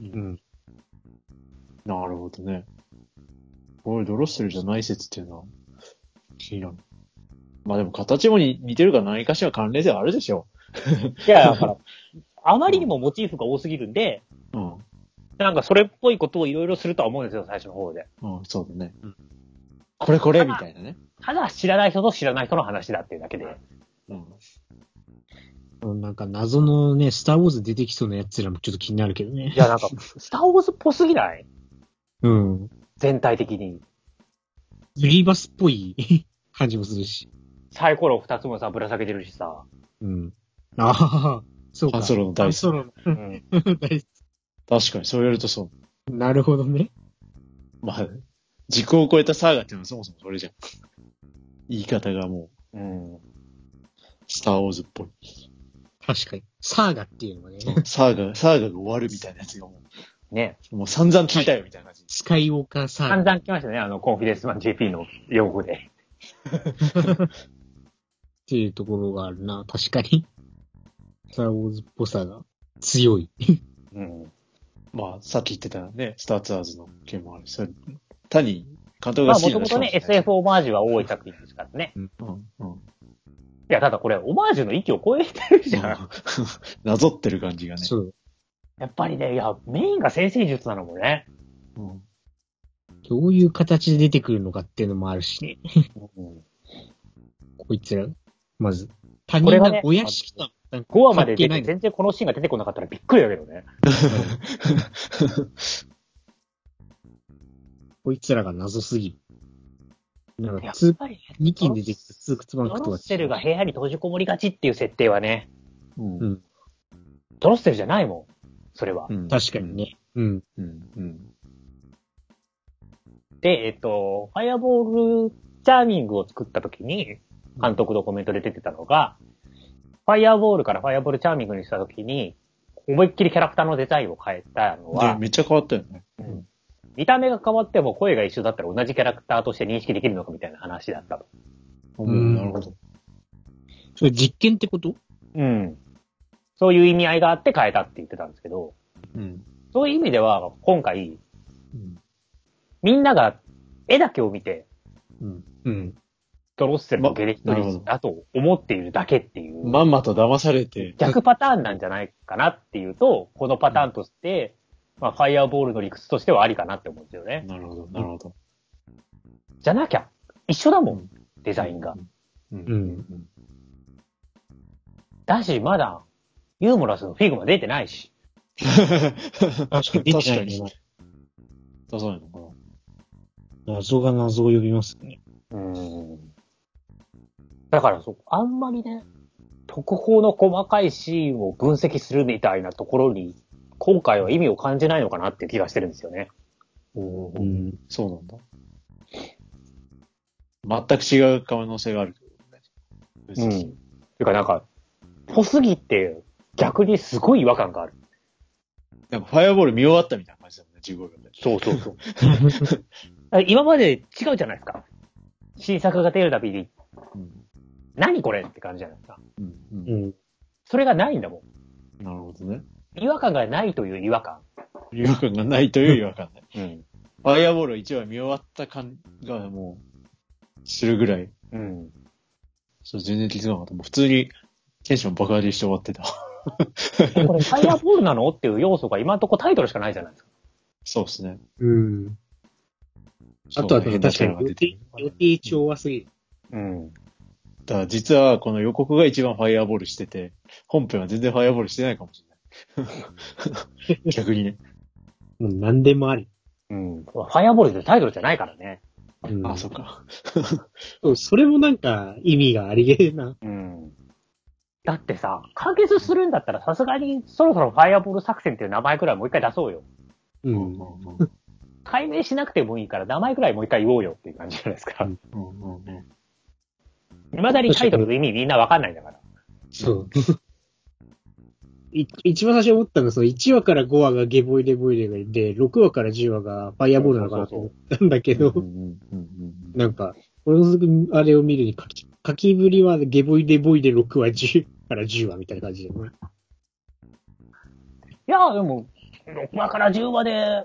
C: うん。
B: なるほどね。これ、ドロッセルじゃない説っていうのは、気になる。まあでも、形もに似てるから何かしら関連性はあるでしょ
A: いや、だから、あまりにもモチーフが多すぎるんで、
B: う。
A: なんかそれっぽいことをいろいろするとは思うんですよ、最初の方で。
B: うん。うん、そうだね。
C: うん
B: これこれみたいなね。
A: ただ知らない人と知らない人の話だっていうだけで。
B: うん。
C: なんか謎のね、スターウォーズ出てきそうなやつらもちょっと気になるけどね
A: い。や、なん か、スターウォーズっぽすぎない
C: うん。
A: 全体的に。
C: ユリバスっぽい 感じもするし。
A: サイコロ二つもさ、ぶら下げてるしさ。
C: うん。あはは。そうか。
B: ハンソロのダイス
C: ハンソロの
A: うん。
C: ダイス
B: 確かに、そう言われるとそう。
C: なるほどね。
B: まあ、時空を超えたサーガっていうのはそもそもそれじゃん。言い方がもう、
A: うん。
B: スターウォーズっ ぽい。
C: 確かに。サーガっていうのがね、
B: サーガ、サーガが終わるみたいなやつがも
A: ね。
B: う、もう散々聞いたよみたいな感じ。
C: スカイウォーカーサーガ。
A: 散々来ましたね、あの、コンフィデンスマン JP の用語で。
C: っていうところがあるな、確かに。スターウォーズっぽさが強い。
A: うん。
B: まあ、さっき言ってたね、スターツアーズの件もあるし、それ、単に監督
A: ま
B: が
A: あ、も
B: 好き
A: と
B: な
A: も
B: だけ
A: と
B: かも
A: ね
B: し、れない
A: SF オマージュは多い作品ですからね。
B: うん、うん。
A: いや、ただこれ、オマージュの域を超えてるじゃん。
B: なぞってる感じがね。
C: そう。
A: やっぱりね、いや、メインが先生術なのもね。
B: うん
C: どういう形で出てくるのかっていうのもあるしね。
A: うん。
C: こいつら、まず。他
A: こ
C: 人
A: れが
C: が
A: ね
C: お屋敷となんか
A: 5話まで出
C: 関係な
A: て、
C: い
A: 全然このシーンが出てこなかったらびっくりだけどね。
C: こいつらが謎すぎる。なん
A: や
C: か、
A: っ
C: ツ
A: ぱりね、
C: ー、2期に出てきたツークツバ
A: ド
C: ンクと
A: ロッ
C: は
A: セルが部屋に閉じこもりがちっていう設定はね、
B: うん。
C: うん。
A: ドロッセルじゃないもん。それは。
B: うん
C: 確かに。ね。うん。
B: うん、うん。
A: で、えっと、ファイアボールチャーミングを作った時に、監督のコメントで出てたのが、ファイアボールからファイアボールチャーミングにした時に、思いっきりキャラクターのデザインを変えたの
B: ね
A: は、
B: めっちゃ変わったよね。
A: 見た目が変わっても声が一緒だったら同じキャラクターとして認識できるのかみたいな話だったと。
C: ん
B: なるほど。
C: それ実験ってこと
A: うん。そういう意味合いがあって変えたって言ってたんですけど、
B: うん。
A: そういう意味では、今回、みんなが絵だけを見て、
B: うん。うん。
A: ドロッセルのゲレヒトリスだと思っているだけっていう、
B: まんまと騙されて、
A: 逆パターンなんじゃないかなっていうと、このパターンとして、まあ、ファイアーボールの理屈としてはありかなって思うんですよね。
B: なるほど、なるほど。
A: じゃなきゃ、一緒だもん、デザインが。
B: うん。
C: う
B: うん
C: ん。
B: うん。
A: だし、まだ、ユーモラスのフィグマ出てないし。
B: 確か
C: 確かに
B: に。出
C: 出て
B: さ
C: な
B: ない
C: ね
B: いのかな。
C: 謎が謎を呼びますね。
A: うん。だからそ、あんまりね、特報の細かいシーンを分析するみたいなところに、今回は意味を感じないのかなっていう気がしてるんですよね。
B: おー
C: うん。
B: そうなんだ。全く違う可能性があるけど
A: うん。
B: ね。
A: ていうかなんか、濃すぎて、逆にすごい違和感がある。
B: なんかファイアボール見終わったみたいな感じだもんね、15秒で。
A: そうそうそう。 今まで違うじゃないですか。新作が出るたびに、
B: うん。
A: 何これって感じじゃないですか。
B: うん。
C: う。
B: うん
A: それがないんだも
B: ん。なるほどね。
A: ん。違和感がないという違和感。
B: 違和感がないという違和感ね。
A: うん。
B: ファイアボール1話見終わった感がもう、するぐらい。
A: うん。
B: そう、全然気づかなかった。もう普通にテンション爆上がりして終わってた。
A: これファイアボールなのっていう要素が今んとこタイトルしかないじゃないですか。
B: そうですね。
C: うん。あとはね、確か
B: そう変な
C: に
B: キャラが出
C: 予
B: て
C: 定
B: る、
C: 予定調和すぎる。
A: うん。
B: だから実はこの予告が一番ファイアボールしてて、本編は全然ファイアボールしてないかもし れない。逆にね。
C: もう何でもあり。
A: うん。ファイアボールってタイトルじゃないからね。
C: うん。
B: あ、そっか。
C: そう。それもなんか意味がありげな。
A: うん。だってさ、完結するんだったらさすがにそろそろファイアボール作戦っていう名前くらいもう一回出そうよ。
C: う。
B: うんん
A: 解明しなくてもいいから名前くらいもう一回言おうよっていう感じじゃないですか。
C: うん
B: うんうん
A: 未だにタイトルの意味みんなわかんないんだから。
C: そう。 い一番最初思ったのは、その1話から5話がゲボイレボイレで、6話から10話がファイアボールなのかなと思ったんだけど
B: う、んうんうん
C: なんか、俺の続くあれを見るに書き、書きぶりはゲボイレボイレ6話10から10話みたいな感じで、ね。
A: いやーでも、6話から10話で、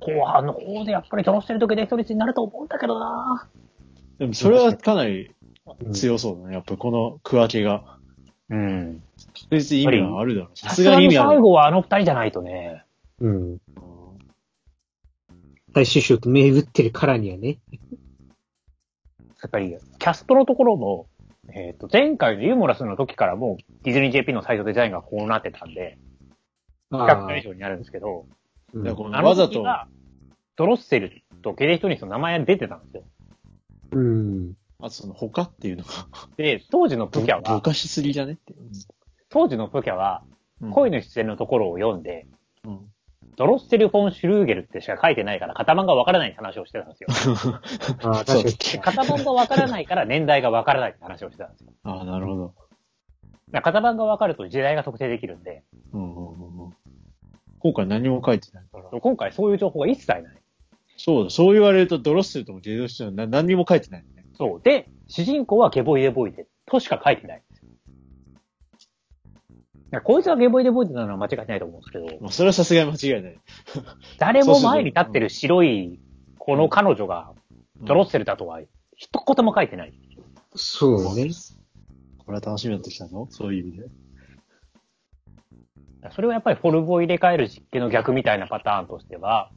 A: 後半の方でやっぱりドロッセルとゲデ一人になると思うんだけどな
B: でもそれはかなり強そうだね。やっぱこの区分けが。
A: うん。
B: 確実に意味があるだろう。さ
A: さ
B: す
A: す
B: が
A: が
B: に意
A: に
B: 味あ
A: 最
B: る。
A: 後はあの二人じゃないとね。
C: うん。
B: うん
C: 大衆賞と銘打ってるからにはね。
A: やっぱり、キャストのところも、えっ、と、前回のユーモラスの時からもう、ディズニー JP のサイトデザインがこうなってたんで、100以上になるんですけど、
C: う
B: だから
C: ん
B: こ
A: あ
B: の
A: の
B: わざ
A: 時
B: と、
A: が、ドロッセルとゲレヒトニスの名前が出てたんですよ。
C: うん。
B: あとその他っていうのが、
A: で、当時のプキャ
B: ぼ
A: は、
B: かしすぎじゃねって。
A: 当時のプキャは、
B: うん
A: 恋の出演のところを読んで、
B: うん
A: ドロッセル・フォン・シュルーゲルってしか書いてないから、型番がわからないって話をしてたんですよ。
C: ああ、
B: そう
C: 確かに。
A: 型番がわからないから年代がわからないって話をしてたんですよ。
B: ああ、なるほど。
A: だから型番がわかると時代が特定できるんで、
B: うんうんうんうん今回何も書いてないから。
A: 今回そういう情報が一切ない。
B: そうだ、そう言われるとドロッセルともゲドシュな何にも書いてないね。
A: そう。で、主人公はゲボイデボイデとしか書いてない。いやこいつはゲボイデボイデなのは間違いないと思うんですけど、
B: まあ、それはさすがに間違いない。
A: 誰も前に立ってる白い、この彼女がドロッセルだとは一言も書いてない。
C: そうね。
B: これは楽しみになってきたのそういう意味で。
A: それはやっぱりフォルムを入れ替える実験の逆みたいなパターンとしては、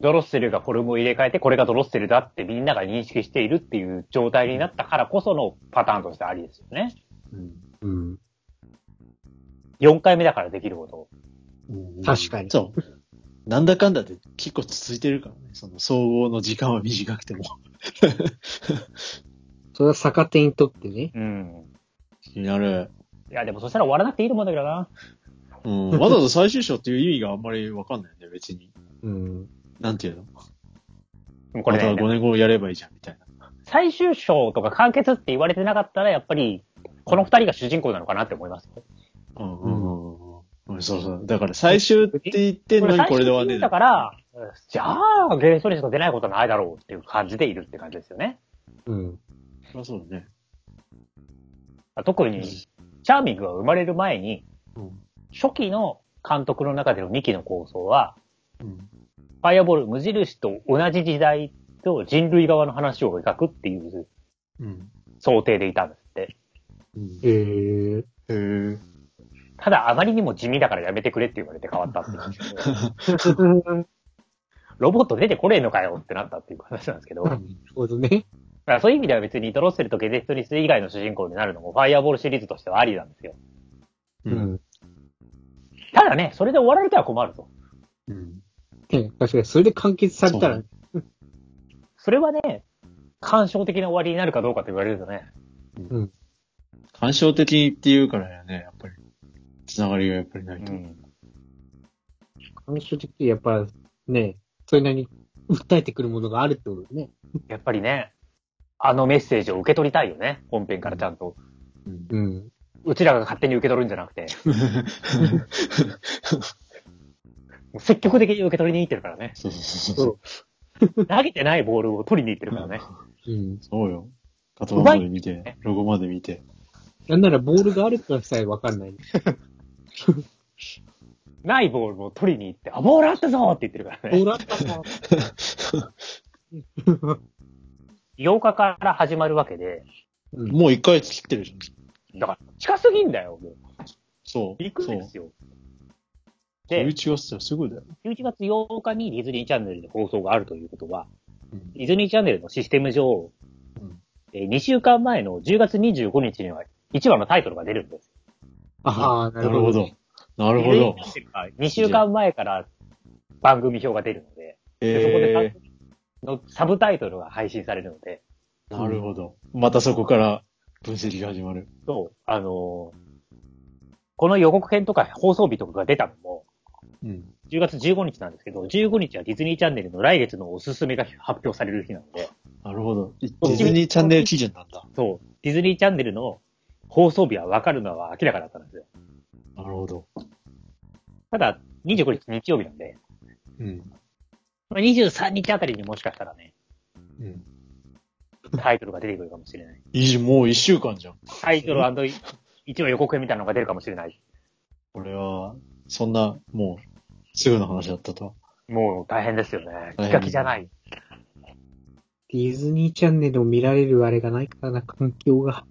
A: ドロッセルがフォルムを入れ替えて、これがドロッセルだってみんなが認識しているっていう状態になったからこそのパターンとしてありですよね。
B: うん。
C: うん。
A: 4回目だからできること。
B: うん
C: 確かに
B: そう。なんだかんだで結構続いてるからね。その総合の時間は短くても。
C: それは逆手にとってね。
A: うん。
B: 気になる。
A: いや、でもそしたら終わらなくていいと思うんだけどな。
B: うん。わざわざ最終章っていう意味があんまりわかんないよね、別に。
C: うん。
B: なんていうの
A: でもこ
B: こ
A: れ
B: れ、ま
A: ね、
B: た5年後やればいいじゃん、みたいな。
A: 最終章とか完結って言われてなかったら、やっぱり、この二人が主人公なのかなって思いますよ。
B: うんうんうんうん。うん、そうそう。だから最終って言ってんのにこれで終わんねえ
A: だ
B: な
A: から、じゃあ、ゲレストリスが出ないことはないだろうっていう感じでいるって感じですよね。
C: うん。
B: そりゃそうだね。
A: 特に、チャーミングが生まれる前に
B: うん、
A: 初期の監督の中での2期の構想は、
B: うん。
A: ファイアボール無印と同じ時代と人類側の話を描くっていう
B: うん。
A: 想定でいたんですって。
B: うん、
C: え ー、
B: へー
A: ただあまりにも地味だからやめてくれって言われて変わったっていう話で
B: な
A: ロボット出てこれんのかよってなったっていう話なんですけ ど、だか
C: なるほどね。
A: らそういう意味では別にドロッセルとゲゼットリス以外の主人公になるのもファイアボールシリーズとしてはありなんですよ。
B: う。
C: うんん。
A: ただね、それで終わられては困ると。
B: うん。
C: ね確かに、それで完結されたら、
A: それはね、感傷的な終わりになるかどうかと言われるとね、
B: 干渉的っていうからやね、やっぱり。つながりがやっぱりな
A: う
B: いと。
A: ん、
C: 感傷的にやっぱ、ね、それなりに訴えてくるものがあるってことだね。
A: やっぱりね、あのメッセージを受け取りたいよね、本編からちゃんと。
B: うん。
C: うん。
A: うちらが勝手に受け取るんじゃなくて、もう積極的に受け取りに行ってるからね
B: そうそうそうそう。
A: 投げてないボールを取りに行ってるからね。
C: うん。
B: そうよ。言葉まで見て
A: ね、
B: ロゴまで見て。
C: なんならボールがあるってのさえわかん ない。
A: ないボールを取りに行って、あ、ボールあったぞって言ってるから
C: ボー
A: ね。
C: ルあったか。
A: 8日から始まるわけで、
C: うん。
B: もう一回切ってるじゃん。
A: だから近すぎんだよ、もう。
B: そう。
A: びっくりで
B: そう
A: すよ。で、
B: 11月ってすぐだよ。
A: 11月8日にディズニーチャンネルで放送があるということは、
B: うん
A: ディズニーチャンネルのシステム上、
B: うん
A: え2週間前の10月25日には1話のタイトルが出るんです。
C: ああ、な
B: な
C: る
B: る
C: ほ
B: ほ
C: ど。
B: ど。なるほ
A: ディズニーチ。ャ
B: ど
A: ンネルが2週間前から番組表が出るので、でそこで番
B: え
A: 組のサブタイトルが配信されるので、
B: ー、なるほど。またそこから分析が始まる。
A: そう、あのーこの予告編とか放送日とかが出たのも、
B: うん。
A: 10月15日なんですけど、15日はディズニーチャンネルの来月のおすすめが発表される日なので、
B: なるほど。デ
A: こっ
B: ィ
A: ち
B: ズニーチャンネル基準なんだ。
A: そう、ディズニーチャンネルの放送日は分かるのは明らかだったんですよ。
B: なるほど。
A: ただ、25日日曜日なんで、
B: うん。
A: まあ23日あたりにもしかしたら ね、
B: うん。
A: タイトルが出てくるかもしれない。
B: いいじゃんもう一週間じゃん。
A: タイトル一応予告編みたいなのが出るかもしれない。
B: これは、そんな、もう、すぐの話だったとは。
A: もう大変ですよね。
B: 大変
A: 気が気じゃない。
C: ディズニーチャンネルを見られるあれがないからな、環境が。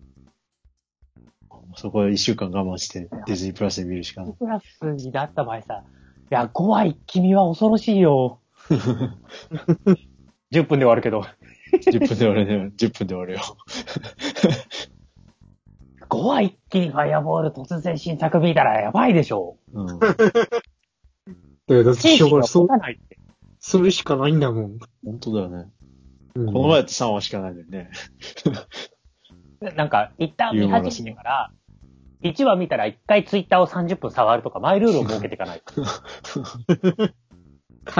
B: そこは一週間我慢して、ディズニープラスで見るしかない。
A: クラスになった場合さ、いや、5話一気見は恐ろしい よ。10分で終わるけど、
B: 10分で終われね。10分で終われよ。
A: 5話一気にファイアボール突然新作見たらやばいでし ょ。
B: うん。
C: だけど、しょうがそう
A: が、ないって。
C: それしかないんだもん。
B: 本当だよね。
C: うん
B: この前だって3話しかないのにね。
A: なんか、一旦見始めてから、1話見たら1回ツイッターを30分触るとか、マイルールを設けていかないと。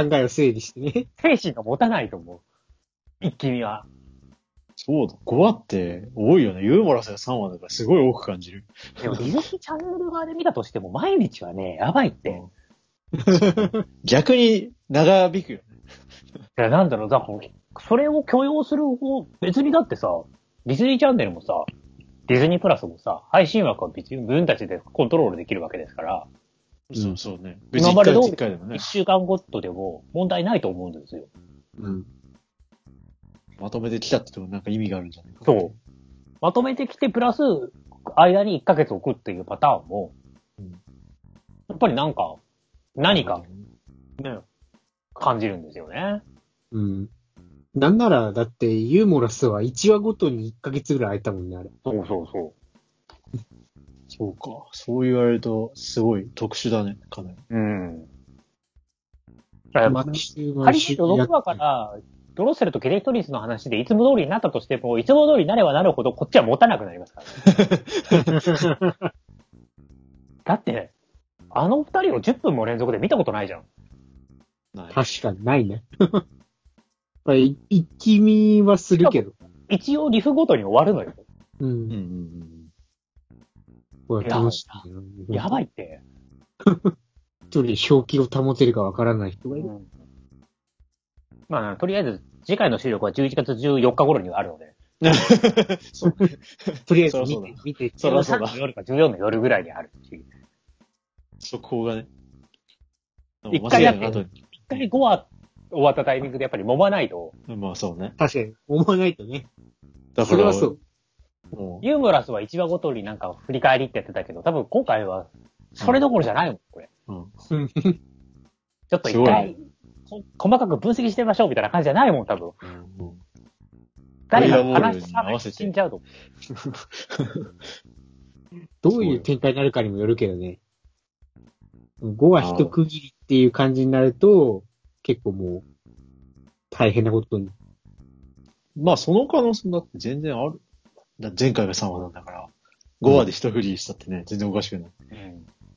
C: 考えを整理してね。
A: 精神が持たないと思う。一気見は。
B: そうだ。5話って多いよね。ユーモラスが3話だからすごい多く感じる。
A: でも、ディズニーチャンネル側で見たとしても、毎日はね、やばいって。
B: うん 逆に長引くよね。
A: いや、なんだろう、だから、それを許容する方、別にだってさ、ディズニーチャンネルもさ、ディズニープラスもさ、配信枠は別に自分たちでコントロールできるわけですから、
B: そうそうね。別に
A: 今ま
B: 1
A: で
B: 回
A: 通り
B: と1回でもね
A: 一。週間ごとでも問題ないと思うんですよ。
C: うん。
B: まとめてきたってともなんか意味があるんじゃないか。
A: そう。まとめてきて、プラス、間に1ヶ月置くっていうパターンも、
B: うん
A: やっぱりなんか、何か感じるんですよね。
C: うん。なんなら、だって、ユーモラスは1話ごとに1ヶ月ぐらい空いたもんね、あれ。
A: そうそうそ
B: そうか。そう言われると、すごい特殊だね。かなり。
A: う。うん。だから
C: 毎週
A: 仮
C: 毎
A: に
C: 週やっ
A: 6話から、ドロッセルとケレトリスの話でいつも通りになったとしても、いつも通りになればなるほどこっちは持たなくなりますからね。 だって、あの二人を10分も連続で見たことないじゃん。
B: ない。
C: 確かにないね。やっぱり、一気見はするけど。
A: 一応リフごとに終わるのよ。
C: う
B: うんうん
C: ん。
B: うん。
C: これは楽しいな。
A: やばいって。
C: 一人表記を保てるかわからない人がいる。
A: まあ、とりあえず、次回の収録は11月14日頃にはあるので、
B: そうね。
C: とりあえず
B: そりゃそ
C: 見
B: う
C: て
B: だ、
C: 見て。
B: そりゃそう
A: 13
B: だ
A: の。夜か14の夜ぐらいにあるし、
B: 速報がね。
A: 一回だって
B: 間違いなく後に
A: 一回5話終わったタイミングでやっぱり揉まないと、
B: まあそうね。
C: 確かに、思わないとね。
B: だか
C: それ
B: ら、
C: はそう。
B: も
A: ユーモラスは1話ごとになんか振り返りってやってたけど、多分今回は、それどころじゃないもん、これ。
B: う、うん、
A: ちょっと
B: す
A: 一
B: ごい
A: 回
B: ね、
A: こ細かく分析してみましょうみたいな感じじゃないもん、多分。
B: うん
A: 誰
B: ダ
A: が
B: イヤモール
A: 話し合
B: に合
A: わ
B: わ
A: せ
B: せ
A: て
B: て
A: 死んじゃうと思う。
C: どういう展開になるかにもよるけどね。5は一区切りっていう感じになると、結構もう、大変なことに。
B: まあその可能性だって全然ある。だ前回が3話なんだから、5話で一振りしたってね、全然おかしくない。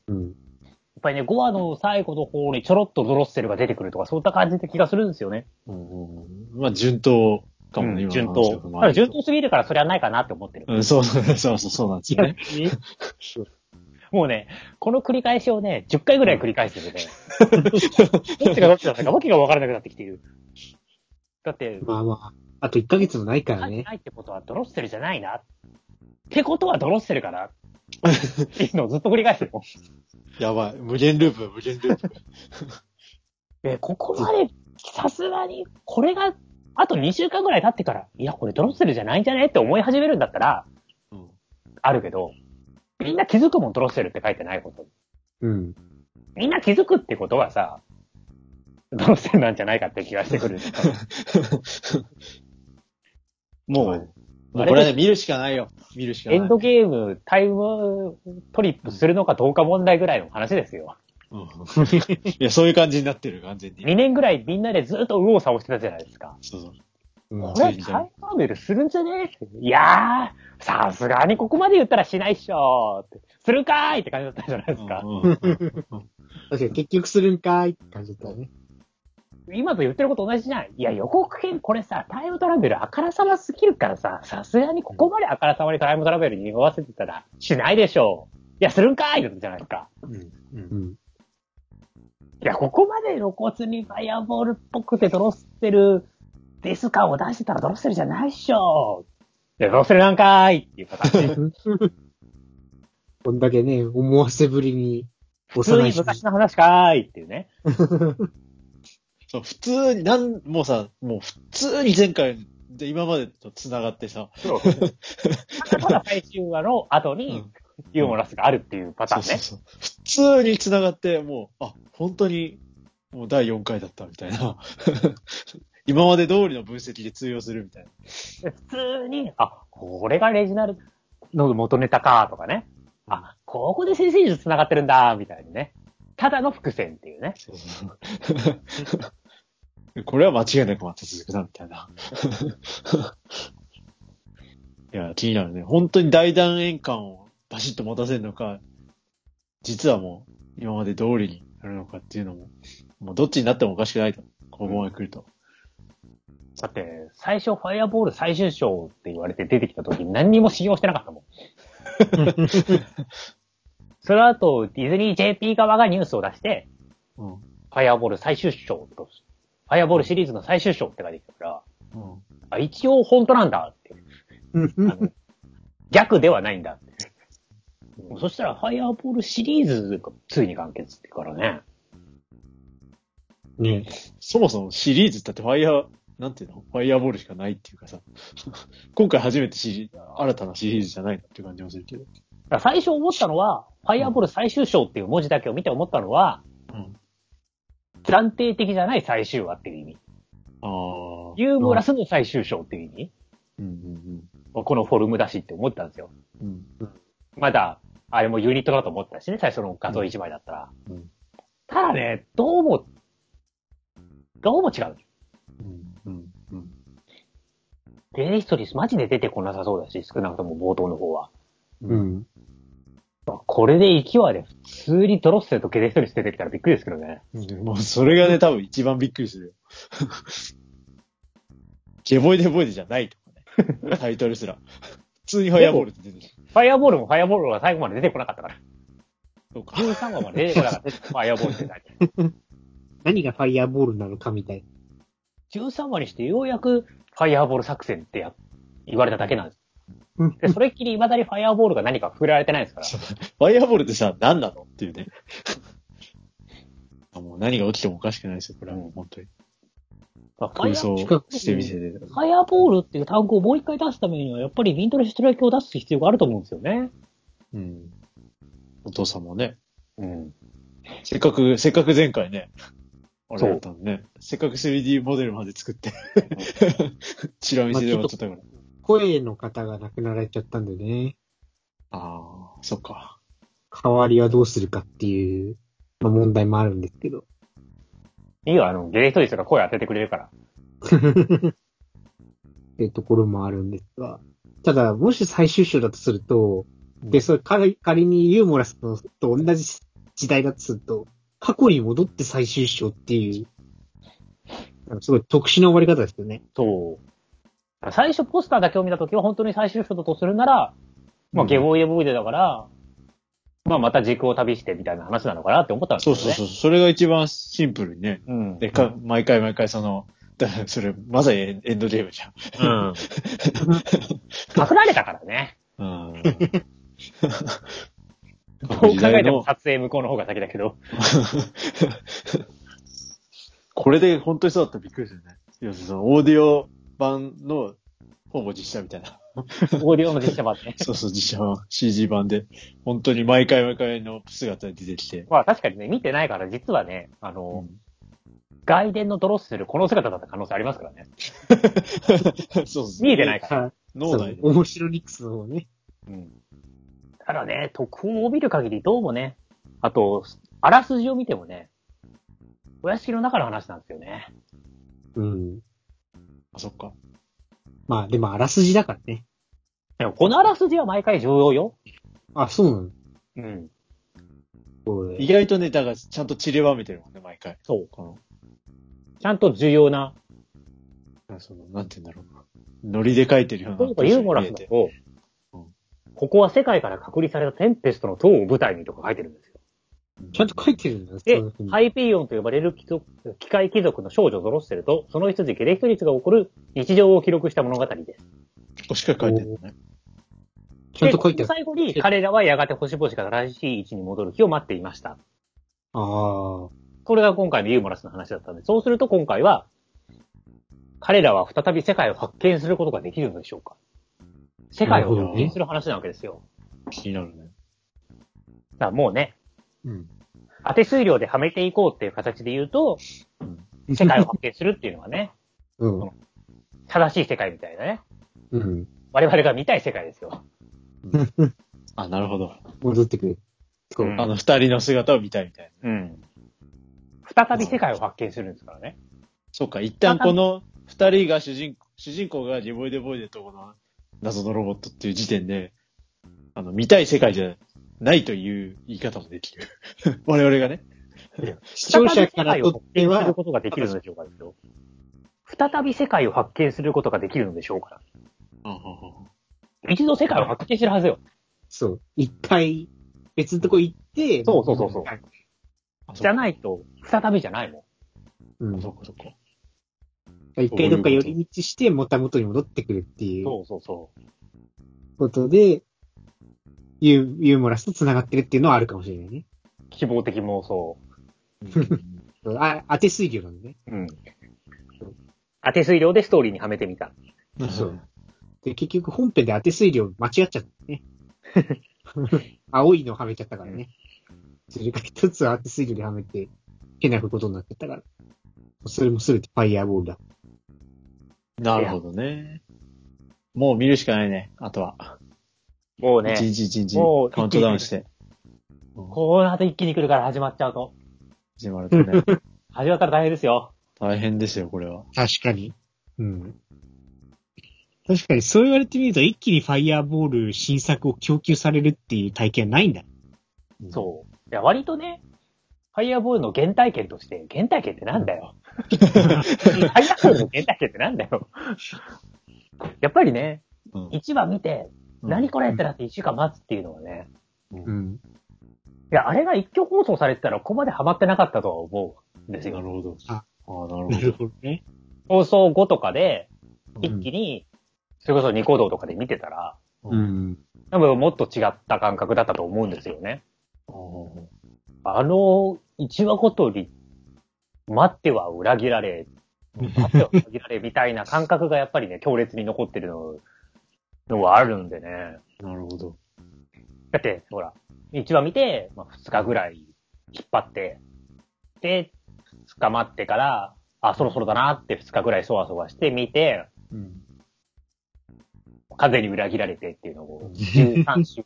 A: うん
C: うん。
A: やっぱりね、5話の最後の方にちょろっとドロッセルが出てくるとか、そういった感じって気がするんですよね。
B: うんうんうん、まあ順当かもね、
A: うん
B: 今
A: 順
B: の話
A: 当。た
B: とか
A: だ
B: も
A: か
B: あ
A: ら
B: ると
A: 順当すぎるからそれはないかなって思ってる。
B: うん、そうそうそうそう、そうなんですよね。
A: もうね、この繰り返しをね、10回ぐらい繰り返してるね。どっちがどっちだったか、わけがわからなくなってきている。だって、
C: まあまあ、あと1ヶ月もないから
A: ない
C: ね。
A: ないってことはドロッセルじゃないな。ってことはドロッセルかな。っていうのをずっと繰り返してるもん。
B: やばい。無限ループ、無限ループ。
A: え、ここまで、さすがに、これが、あと2週間ぐらい経ってから、いや、これドロッセルじゃないんじゃねって思い始めるんだったら、
B: うん
A: あるけど、みんな気づくもん、ドロッセルって書いてないこと。
C: うん。
A: みんな気づくってことはさ、ドロッセルなんじゃないかって気がしてくる。
B: もう、
A: はい
B: もうこれはね、見るしかないよ。見るしかな
A: エ
B: い。
A: ンドゲーム、タイムトリップするのかどうか問題ぐらいの話ですよ。
B: うん いや、そういう感じになってる、完全に。
A: 2年ぐらいみんなでずっと右往左往してたじゃないですか。
B: そうそう。
C: うん
A: これ、タイムトラベルするんじゃねえっていやー、さすがにここまで言ったらしないっしょーって。するかーいって感じだったじゃないですか。
B: うんうんうん
C: 確かに結局するんかいって感じだったね。
A: 今と言ってること同じじゃない。いや、予告編これさ、タイムトラベルあからさますぎるからさ、さすがにここまであからさまにタイムトラベルに合わせてたら、しないでしょう。いや、するんかーいってことじゃないですか。
B: う
C: うんん。
A: いや、ここまで露骨にファイアボールっぽくてドロッセルデス感を出してたらドロッセルじゃないっしょいや、ドロッセルなんかーいっていう形。
C: こんだけね、思わせぶりに、
A: 普通
C: 幼い
A: に
C: 人に
A: 昔の話かーいっていうね。
B: そう、普通に、なん、もうさ、もう普通に前回で今までと繋がってさ、
A: そう。ただただ最終話の後
B: う
A: に
B: ん
A: ユーモラスがあるっていうパタ
B: そ
A: ー
B: う
A: ン
B: そう
A: ね。
B: そう。普通に繋がって、もう、あ、本当に、もう第4回だったみたいな。 今まで通りの分析で通用するみたいな。
A: 普通に、あ、これがレジナルの元ネタかーとかね。あ、ここで先生術繋がってるんだーみたいにね。ただの伏線っていうね。
B: そうそうそう。 これは間違いなくまた続くな、みたい な。いや、気になるね。本当に大断円感をバシッと持たせるのか、実はもう今まで通りにやるのかっていうのも、もうどっちになってもおかしくないと。ここまで来ると。
A: だって、最初ファイアボール最終章って言われて出てきた時に何にも信用してなかったもん。その後、ディズニー JP 側がニュースを出して、
B: うん。
A: ファイアボール最終章と、ファイアボールシリーズの最終章って書いてきたから、
B: うん。
A: あ、一応本当なんだって。あの逆ではないんだって。そしたら、ファイアボールシリーズがついに完結ってからね。
C: ね。
B: そもそもシリーズだってファイヤー、なんていうのファイヤーボールしかないっていうかさ。 今回初めてシリ新たなシリーズじゃないなっていう感じもするけど。
A: だから最初思ったのは、ファイアボール最終章っていう文字だけを見て思ったのは、
B: うん。
A: 暫定的じゃない最終話っていう意味。
B: ああ。
A: ユーモラスの最終章っていう意味、
B: うんうん
A: このフォルムだしって思ったんですよ。
B: うん。うん。
A: まだ、あれもユニットだと思ったしね、最初の画像1枚だったら。
B: うん
A: ただね、どうも、どうも違う。
B: うんうん
A: デレヒストリスマジで出てこなさそうだし、少なくとも冒頭の方は。
C: うん。
A: これで1話で普通にドロッセルとゲレヒストリス出てきたらびっくりですけどね。
B: うん。もうそれがね、多分一番びっくりするよ。 ゲボイデボイデじゃないとか ね。タイトルすら。普通にファイアボールって出てる。
A: ファイアボールもファイアボールは最後まで出てこなかった から。
B: そうか。
A: 13話まで出てこなかった。ファイアボールって何
C: 何がファイアボールなのかみたい。
A: 13話にしてようやくファイアーボール作戦ってや言われただけなんです
C: うん。
A: で、それっきり未だにファイアーボールが何か触れられてないですから。
B: ファイアボールってさ、何なの っていうね。もう何が起きてもおかしくないですよ、これはもう本当に。まあ、空想してみせて。
A: ファイアボールっていう単語をもう一回出すためには、やっぱりイントレストライクを出す必要があると思うんですよね。
B: うん。お父さんもね、
A: うん。
B: せっかく、せっかく前回ね、あ
A: そ
B: れ
A: う
B: やったのね。せっかく 3D モデルまで作って、 チラ見せで終わっちゃったから。
C: 声の方が亡くなられちゃったんでね、
B: ああ、そっか。
C: 代わりはどうするかっていう、まあ、問題もあるんですけど。
A: いいよ、あの、ゲイストリスが声当ててくれるから。
C: っていうところもあるんですが。ただ、もし最終章だとすると、で、それ仮仮にユーモラスのと同じ時代だとすると、過去に戻って最終章っていう、あのすごい特殊な終わり方ですよね。
A: そう。最初ポスターだけを見たときは本当に最終章だとするなら、まあ、ゲボイエボイデだから、まあ、また時空を旅してみたいな話なのかなって思ったんです
B: そ
A: よ
B: う
A: ね。
B: そうそう。それが一番シンプルにね。
A: う。うん。
B: でか、毎回毎回その、だそれ、まさにエンエンドゲームじ
A: うん。パクられたからね。
B: ゃん。 うん。
A: どう考えても撮影向こうの方が先だけど。
B: これで本当にそうだったらびっくりするね。要するにその、オーディオ版の、ほぼ実写みたいな。
A: オーディオの実写版 ね。
B: そうそう、実写版、CG 版で、本当に毎回毎回の姿で出てき て。
A: まあ確かにね、見てないから実はね、あの、外伝のドロッセルこの姿だった可能性ありますからね。
B: そうそう
A: 見えてないから。
C: は
B: 脳内で。
C: 面白ニックスの方ね。
A: うん。ただね、特報を見る限りどうもね、あと、あらすじを見てもね、お屋敷の中の話なんですよね。
C: うん。
B: あ、そっか。
C: まあ、でもあらすじだからね。
A: でもこのあらすじは毎回重要よ。
C: あ、そうなの
A: うん。
C: そうだよ
B: 意外とね、だからちゃんと散りばめてるもんね、毎回。
A: そう。
B: この、
A: ちゃんと重要な、
B: その、なんて言うんだろう。ノリで書いてるような。
A: とにかくユーモラス
B: 見
A: な
B: えて
A: と
B: うん、
A: ここは世界から隔離されたテンペストの塔を舞台にとか書いてるんですよ。
C: ちゃんと書いてるんだよ。
A: で
C: そういうふうに
A: ハイピーヨンと呼ばれる貴族機械貴族の少女ゾロッセルと、その一人ゲレヒトリスが起こる日常を記録した物語です。
B: ここしか書いてるね。
C: ちゃんと書い
A: で
C: てあ
A: 最
C: る。
A: 後に、彼らはやがて星々が正しい位置に戻る日を待っていました。
C: ああ。
A: これが今回のユーモラスの話だったんで、そうすると今回は、彼らは再び世界を発見することができるのでしょうか世界を発見する話なわけですよ。
B: 気になるね。
A: だからもうね、
B: うん。
A: 当て数量ではめていこうっていう形で言うと、世界を発見するっていうのはね、
C: うん。
A: 正しい世界みたいなね。
C: うん。
A: 我々が見たい世界ですよ。
B: あ、なるほど。
C: 戻ってくる。そう。
A: うん
B: あの、二人の姿を見たいみたいな。
A: うん。再び世界を発見するんですからね。
B: そうか、一旦この二人が主人公、主人公がリボイデボイデとこの謎のロボットっていう時点で、あの、見たい世界じゃないという言い方もできる。 我々がね。
C: 視聴者からとっ
A: 再び
C: て
A: 世界を発見す
C: は
A: る、ことができるのでしょうかですよ。再び世界を発見することができるのでしょうか一度世界を発見してるはずよ。
C: そう。一回、別のとこ行って、
A: そうそうそうそう
C: はい
B: あ
A: じゃ
B: い。
A: ないと、再びじゃないも
C: うん。
B: そっかそっか。
C: 一回どっか寄り道して、また元に戻ってくるってい
A: ん。
C: う
A: そうそうそう。
C: ことで、ユーユーモラスと繋がってるっていうのはあるかもしれないね。
A: 希望的妄想。
C: あ、当て水魚なんでね。
A: うん。当て水量でストーリーにはめてみた。
C: そうで、結局本編で当て水魚間違っちゃった ね。青いのはめちゃったからね。それから一つは当て水魚ではめて、変なことになっちゃったから。それもすべてファイヤーボールだ。
B: なるほどね。もう見るしかないね、あとは。
A: もうね
B: 一、日一日
A: もう
B: カウントダウンして
A: この後一気に来るから始まっちゃうと。
B: 始まると ね。
A: 始まったら大変ですよ。
B: 大変ですよ、これは。
C: 確かに。うん。確かに、そう言われてみると、一気にファイヤーボール新作を供給されるっていう体験ないんだ。
A: そう。いや、割とね、ファイアボールの原体験として、原体験ってなんだ よ。ファイアボールの原体験ってなんだよ。やっぱりね、
B: うん
A: 1話見て、
B: うん
A: 何これってなって1週間待つっていうのはね、
C: うん。
A: いや、あれが一挙放送されてたらここまでハマってなかったとは思うんです
B: な
A: よ。
B: るほど。
C: あ
B: あ、なるほ
C: なるほどね。
A: 放送後とかで、
B: うん
A: 一気に、それこそニコ動とかで見てたら、
B: う
C: うん。
A: 多分もっと違った感覚だったと思うんですよね。
B: ど。
A: あの、一話ごとに、待っては裏切られ、汗を限られみたいな感覚がやっぱりね、強烈に残ってるののはあるんでね。
B: なるほど。
A: だって、ほら、一話見て、まあ、2日ぐらい引っ張って、で、2日待ってから、あ、そろそろだなって2日ぐらいそわそわして見て、
B: うん。
A: 風に裏切られてっていうのを、13週、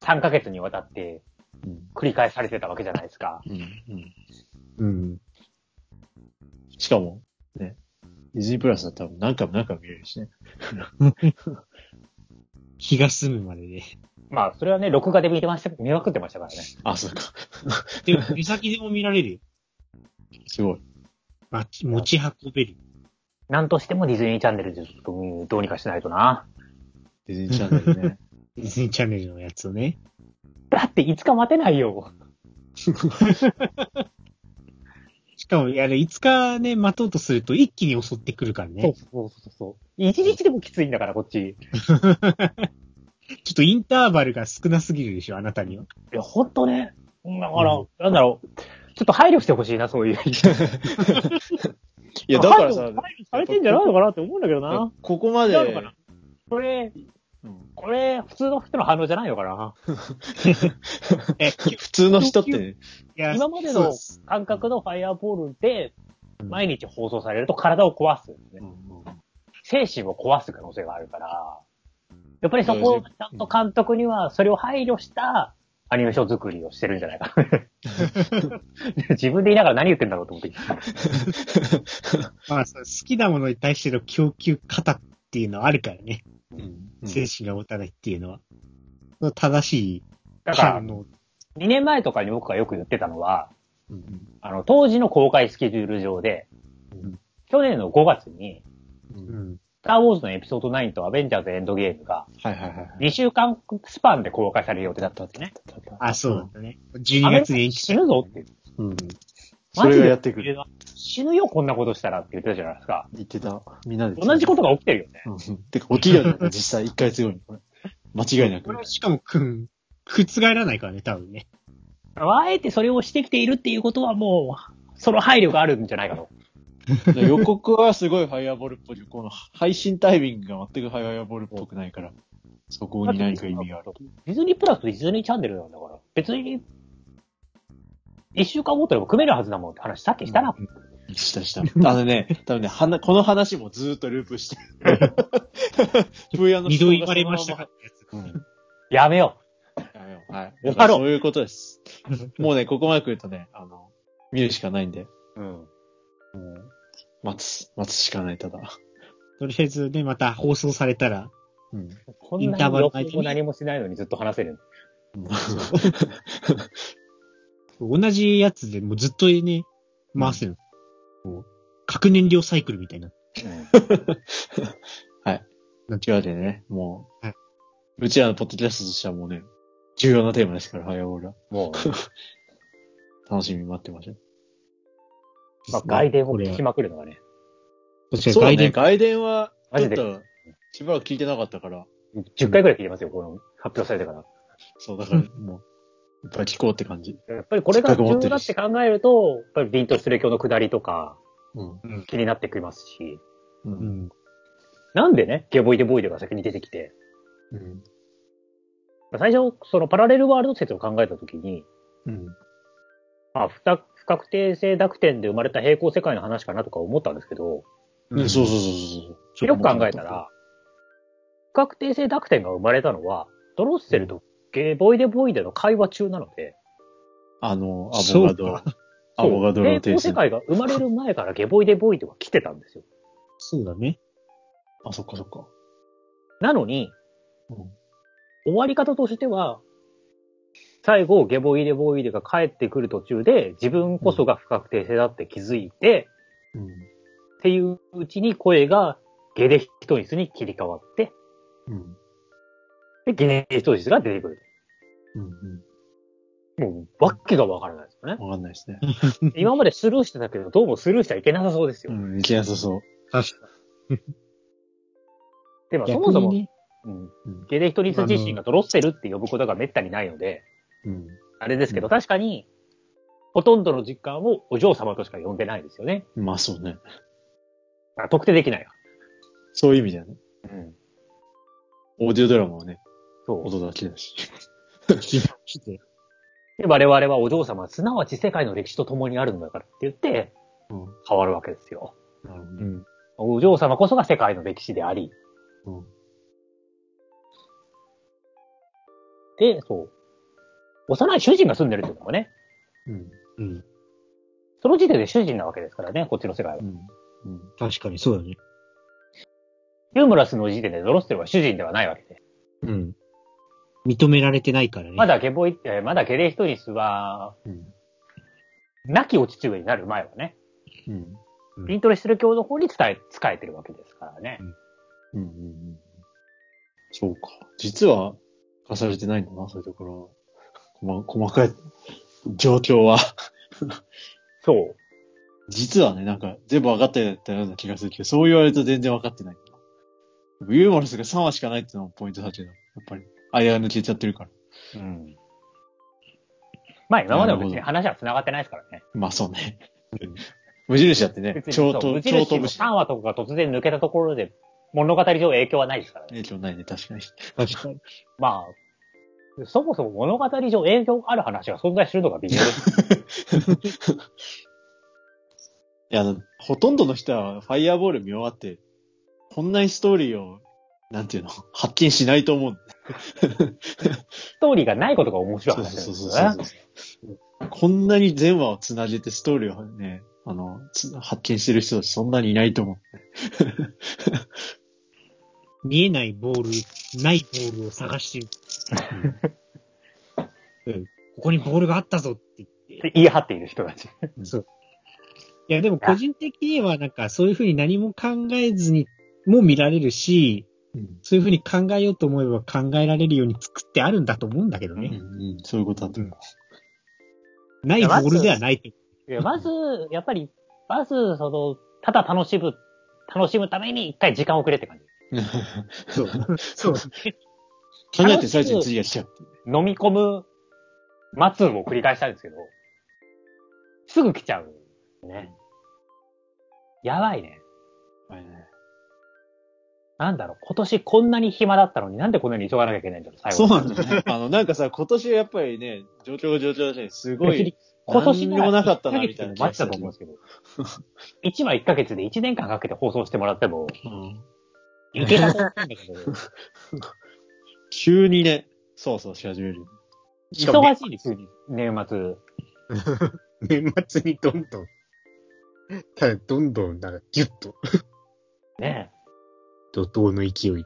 A: 3ヶ月にわたって
B: うん。
A: 繰り返されてたわけじゃないですか。
B: うん。
C: うん。
B: しかも、ね、ディズニープラスだったら何回も何回も見れるしね。
C: 気が済むまで ね。
A: まあ、それはね、録画で見てました、見まくってましたからね。
B: あ、そうか。
C: でも、目先でも見られるよ。
B: すごい。
C: ま持ち運べる。
A: なんとしてもディズニーチャンネルでちょっとうんどうにかしないとな。
B: ディズニーチャンネル ね。
C: ディズニーチャンネルのやつをね。
A: だっていつか待てないよ。
C: しかも、いやね、5日ね、待とうとすると一気に襲ってくるからね。
A: そうそうそう。一日でもきついんだから、こっち。
C: ちょっとインターバルが少なすぎるでしょ、あなたには。
A: いや、ほんとね。だから、
C: う
A: なんだろう。ちょっと配慮してほしいな、そういう。
B: いや、だから
A: 配
B: さ
A: 慮、されてんじゃないのかなって思うんだけど な。
B: ここまで、
A: 違うのかなこれ、
B: うん
A: これ、普通の人の反応じゃないのかな。
C: え、
B: 普通 の人って、
C: いや
A: 今まで
C: そう
A: の
C: です
A: 感覚のファイアーボールで、
B: うん
A: 毎日放送されると体を壊す、ね
B: うんうん
A: 精神を壊す可能性があるから、やっぱりそこをちゃんと監督にはそれを配慮したアニメーション作りをしてるんじゃないか な。自分で言いながら何言ってんだろうと思って。
C: まあ、そう好きなものに対しての供給方っていうのはあるからね。
B: うんうん
C: 精神が持たないっていうのは。その正しい
A: だから、
C: 反応
A: 2年前とかに僕がよく言ってたのは、
B: うん
A: あの、当時の公開スケジュール上で、
B: うん
A: 去年の5月に、
B: う
C: うんん。
A: スターウォーズのエピソード9とアベンジャーズエンドゲームが
B: はいはいはいはい。
A: 2週間スパンで公開される予定だったんですね。
C: あ、そうなんだね。12月に延期
A: 死ぬぞって。
B: うん。
A: マ
B: そ
A: ジ
B: れ
A: で
B: がやってくる。
A: 死ぬよ、こんなことしたらって言ってたじゃないですか。
B: 言ってた。みんなで。
A: 同じことが起きてるよね。
B: うんうん。 てか、起きるようになった実際、1ヶ月後に。これ間違いな
C: これは
B: く。
C: しかも、くん、覆らないからね、多分ね。
A: あえてそれをしてきているっていうことはもう、その配慮があるんじゃないかと。
B: 予告はすごいファイアボールっぽい。この配信タイミングが全くファイアボールっぽくないから、そこに何か意味がある。
A: ディズニープラスとディズニーチャンネルなんだから、別に、一週間後とでも組めるはずだもんって話さっきしたな。
B: したした。あの ね、多分ね、はな、この話もずーっとループしてる。プーヤンの
C: 二度言われました
B: か
C: か
B: ら
C: ってやつ。
B: ら。うん
A: やめよ
B: やめよう はい。
A: やろ
B: だ
A: う
B: からそういうことです。もうね、ここまで来るとね、あの、見るしかないんで、
A: う。うん。
B: 待つ、待つしかない、ただ。
C: とりあえずね、また放送されたら、
B: うん。
A: こん
C: イン
A: な
C: ター
A: に
C: バル
A: 予
C: の間に
A: 告も何もしないのにずっと話せる。
C: 同じやつでもうずっとね、回せる。こう核燃料サイクルみたいな。
B: 違うでね、もう、
C: はいう
B: ちらのポッドキャストとしてはもうね、重要なテーマですから、早俺は。
A: も
B: 楽しみに待ってましょ
A: う、まあ、外伝を
C: これ
A: 聞
C: は
A: き。まくるのがね、
C: 確か
B: う。
C: に
B: そうだね、
C: 外伝。
B: 外伝は、
A: マ
B: ちょ
A: ジで
B: っと、しばらく聞いてなかったから、
A: 10回くらい聞いてますよ、この発表されてから。
B: そう、だから、もう、いっぱい聞こうって感じ。
A: やっぱりこれが
B: せっかく
A: 重
B: 持っ
A: 要
B: て
A: だ
B: る
A: っ
B: して
A: 考えると、やっぱり凛と失礼教の下りとか
B: うん。
A: 気になってきますし、
B: う。
C: うんん。
A: なんでね、ゲボイデボイデが先に出てきて、
B: うん。
A: 最初、そのパラレルワールド説を考えたときに、
B: うん。
A: まあ、不確不確定性濁点で生まれた平行世界の話かなとか思ったんですけど、
B: うんそうそうそうそうそう。
A: よく考えたら、不確定性濁点が生まれたのは、ドロッセルとゲボイデボイデの会話中なので、
B: あの、ア
C: そ
B: ボ
C: う
B: ガド、アボガドの
A: 平行
B: 訂
A: 世
B: 正。
A: 界が生まれる前からゲボイデボイデは来てたんですよ。
C: そうだね。
B: あ、そっかそっか。
A: なのに、
B: うん
A: 終わり方としては、最後、ゲボイデボイデが帰ってくる途中で、自分こそが不確定性だって気づいて、
B: うん。
A: っていううちに声がゲネヒトリスに切り替わって、
B: うん。
A: で、ゲネヒトリスが出てくる。
B: うん。
A: もう、わけがわからないですよね。
B: わかんないですね。
A: 今までスルーしてたけど、どうもスルーしちゃいけなさそうですよ。
B: うん、いけなさそう。
C: 確か
A: でも、
C: に。
A: そもそも、
C: 逆にね
A: うん
B: うん
A: ゲネヒトリス自身がドロッセルって呼ぶことがめったにないので、
B: うん。
A: あれですけど、
B: うん
A: 確かに、ほとんどの実感をお嬢様としか呼んでないですよね。
B: まあそうね。
A: あ特定できないわ。
B: そういう意味だよね。
A: うん。
B: オーディオドラマはね、
A: そう。
B: 音だけだし。
C: して
A: で、我々はお嬢様、すなわち世界の歴史と共にあるのだからって言って、
B: うん。
A: 変わるわけですよ。
B: なるほど
A: う
B: ね。
A: ん。お嬢様こそが世界の歴史であり。
B: うん。
A: で、そう。幼い主人が住んでるっていうのもね、
B: うん。
C: うん。
A: その時点で主人なわけですからね、こっちの世界は
B: う。ん。うん。
C: 確かにそうだね。
A: ユーモラスの時点でドロステルは主人ではないわけで。
C: うん。認められてないからね。
A: まだゲボイ、えーまだゲレヒトニスは、
B: うん。
A: 亡きお父上になる前はね、
B: うん。
C: うん
A: 筋トレしてる教の方に伝え、仕えてるわけですからね。
B: うんうんうん。そうか。実は、課されてないんだな、そういうところは。こま、細かい、状況は。
A: そう。
B: 実はね、なんか、全部分かったような気がするけど、そう言われると全然分かってない。ユーモラスが3話しかないっていうのもポイントだけど、やっぱり、間が抜けちゃってるから。
A: うん。まあ今までも別に話は繋がってないですからね。
B: まあそうね。無印だってね
A: 別、に
B: 超
A: そう
B: と、
A: 無
B: 超
A: 印
B: 飛
A: の
B: ぶし。
A: 3話とかが突然抜けたところで物語上影響はないですからね。
B: 影響ないね、確かに。
C: 確かに。
A: まあ、そもそも物語上影響がある話が存在するのが微妙です。
B: いや、あのほとんどの人はファイアボール見終わって、こんなにストーリーを、なんていうの、発見しないと思う。
A: ストーリーがないことが面白い
B: そ
A: 話
B: う
A: なんです
B: そうそう
A: よね。
B: そう。こんなに全話をつなげてストーリーをね、あの、つ発見してる人そんなにいないと思う。
C: 見えないボール、ないボールを探 してる。うん。ここにボールがあったぞって言って。
A: って言い張っている人たち。
C: いや、でも個人的にはなんかそういうふうに何も考えずにも見られるし、
B: うん。
C: そういうふうに考えようと思えば考えられるように作ってあるんだと思うんだけど
B: うん、
C: ね。
B: うんそういうことだと思う。
C: ないボールではないと。
A: いやまず、 やっぱり、まず、その、ただ楽しむ、楽しむために一回時間をくれって感じ。
C: そう。そう。
B: 考えてる最中に次が来ちゃう。
A: 飲み込む、待つを繰り返したんですけど、すぐ来ちゃう。ね。やばいね。なんだろう、今年こんなに暇だったのになんでこんなに急がなきゃいけないんだろう、最
B: そ
A: 後。
B: うなんだね。あの、なんかさ、今年はやっぱりね、状況が状況だし、すご
A: 別
B: い
A: に、今年
B: 何にもなかったな
A: 1ヶ
B: み
A: 月
B: たい
A: で
B: な
A: も待って
B: 気がす
A: た
B: る
A: と思うんですけど、1話1ヶ月で1年間かけて放送してもらっても、
B: うん
A: いけたと思うんだけど、
B: 急にね、そうそうし始める。
C: しかも
A: 忙しいですよ、年末。
C: 年末にどんどん。ただ、どんどん、なんか、ぎゅっと、
A: ね
C: 怒涛の勢い。っ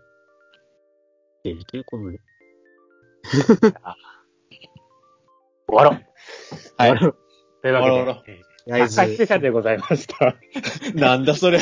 C: てるということで。
A: 終わろう。
B: はい。
A: というわけ
B: 終わろう
A: で、100回スペシャルでございました。
B: なんだそれ。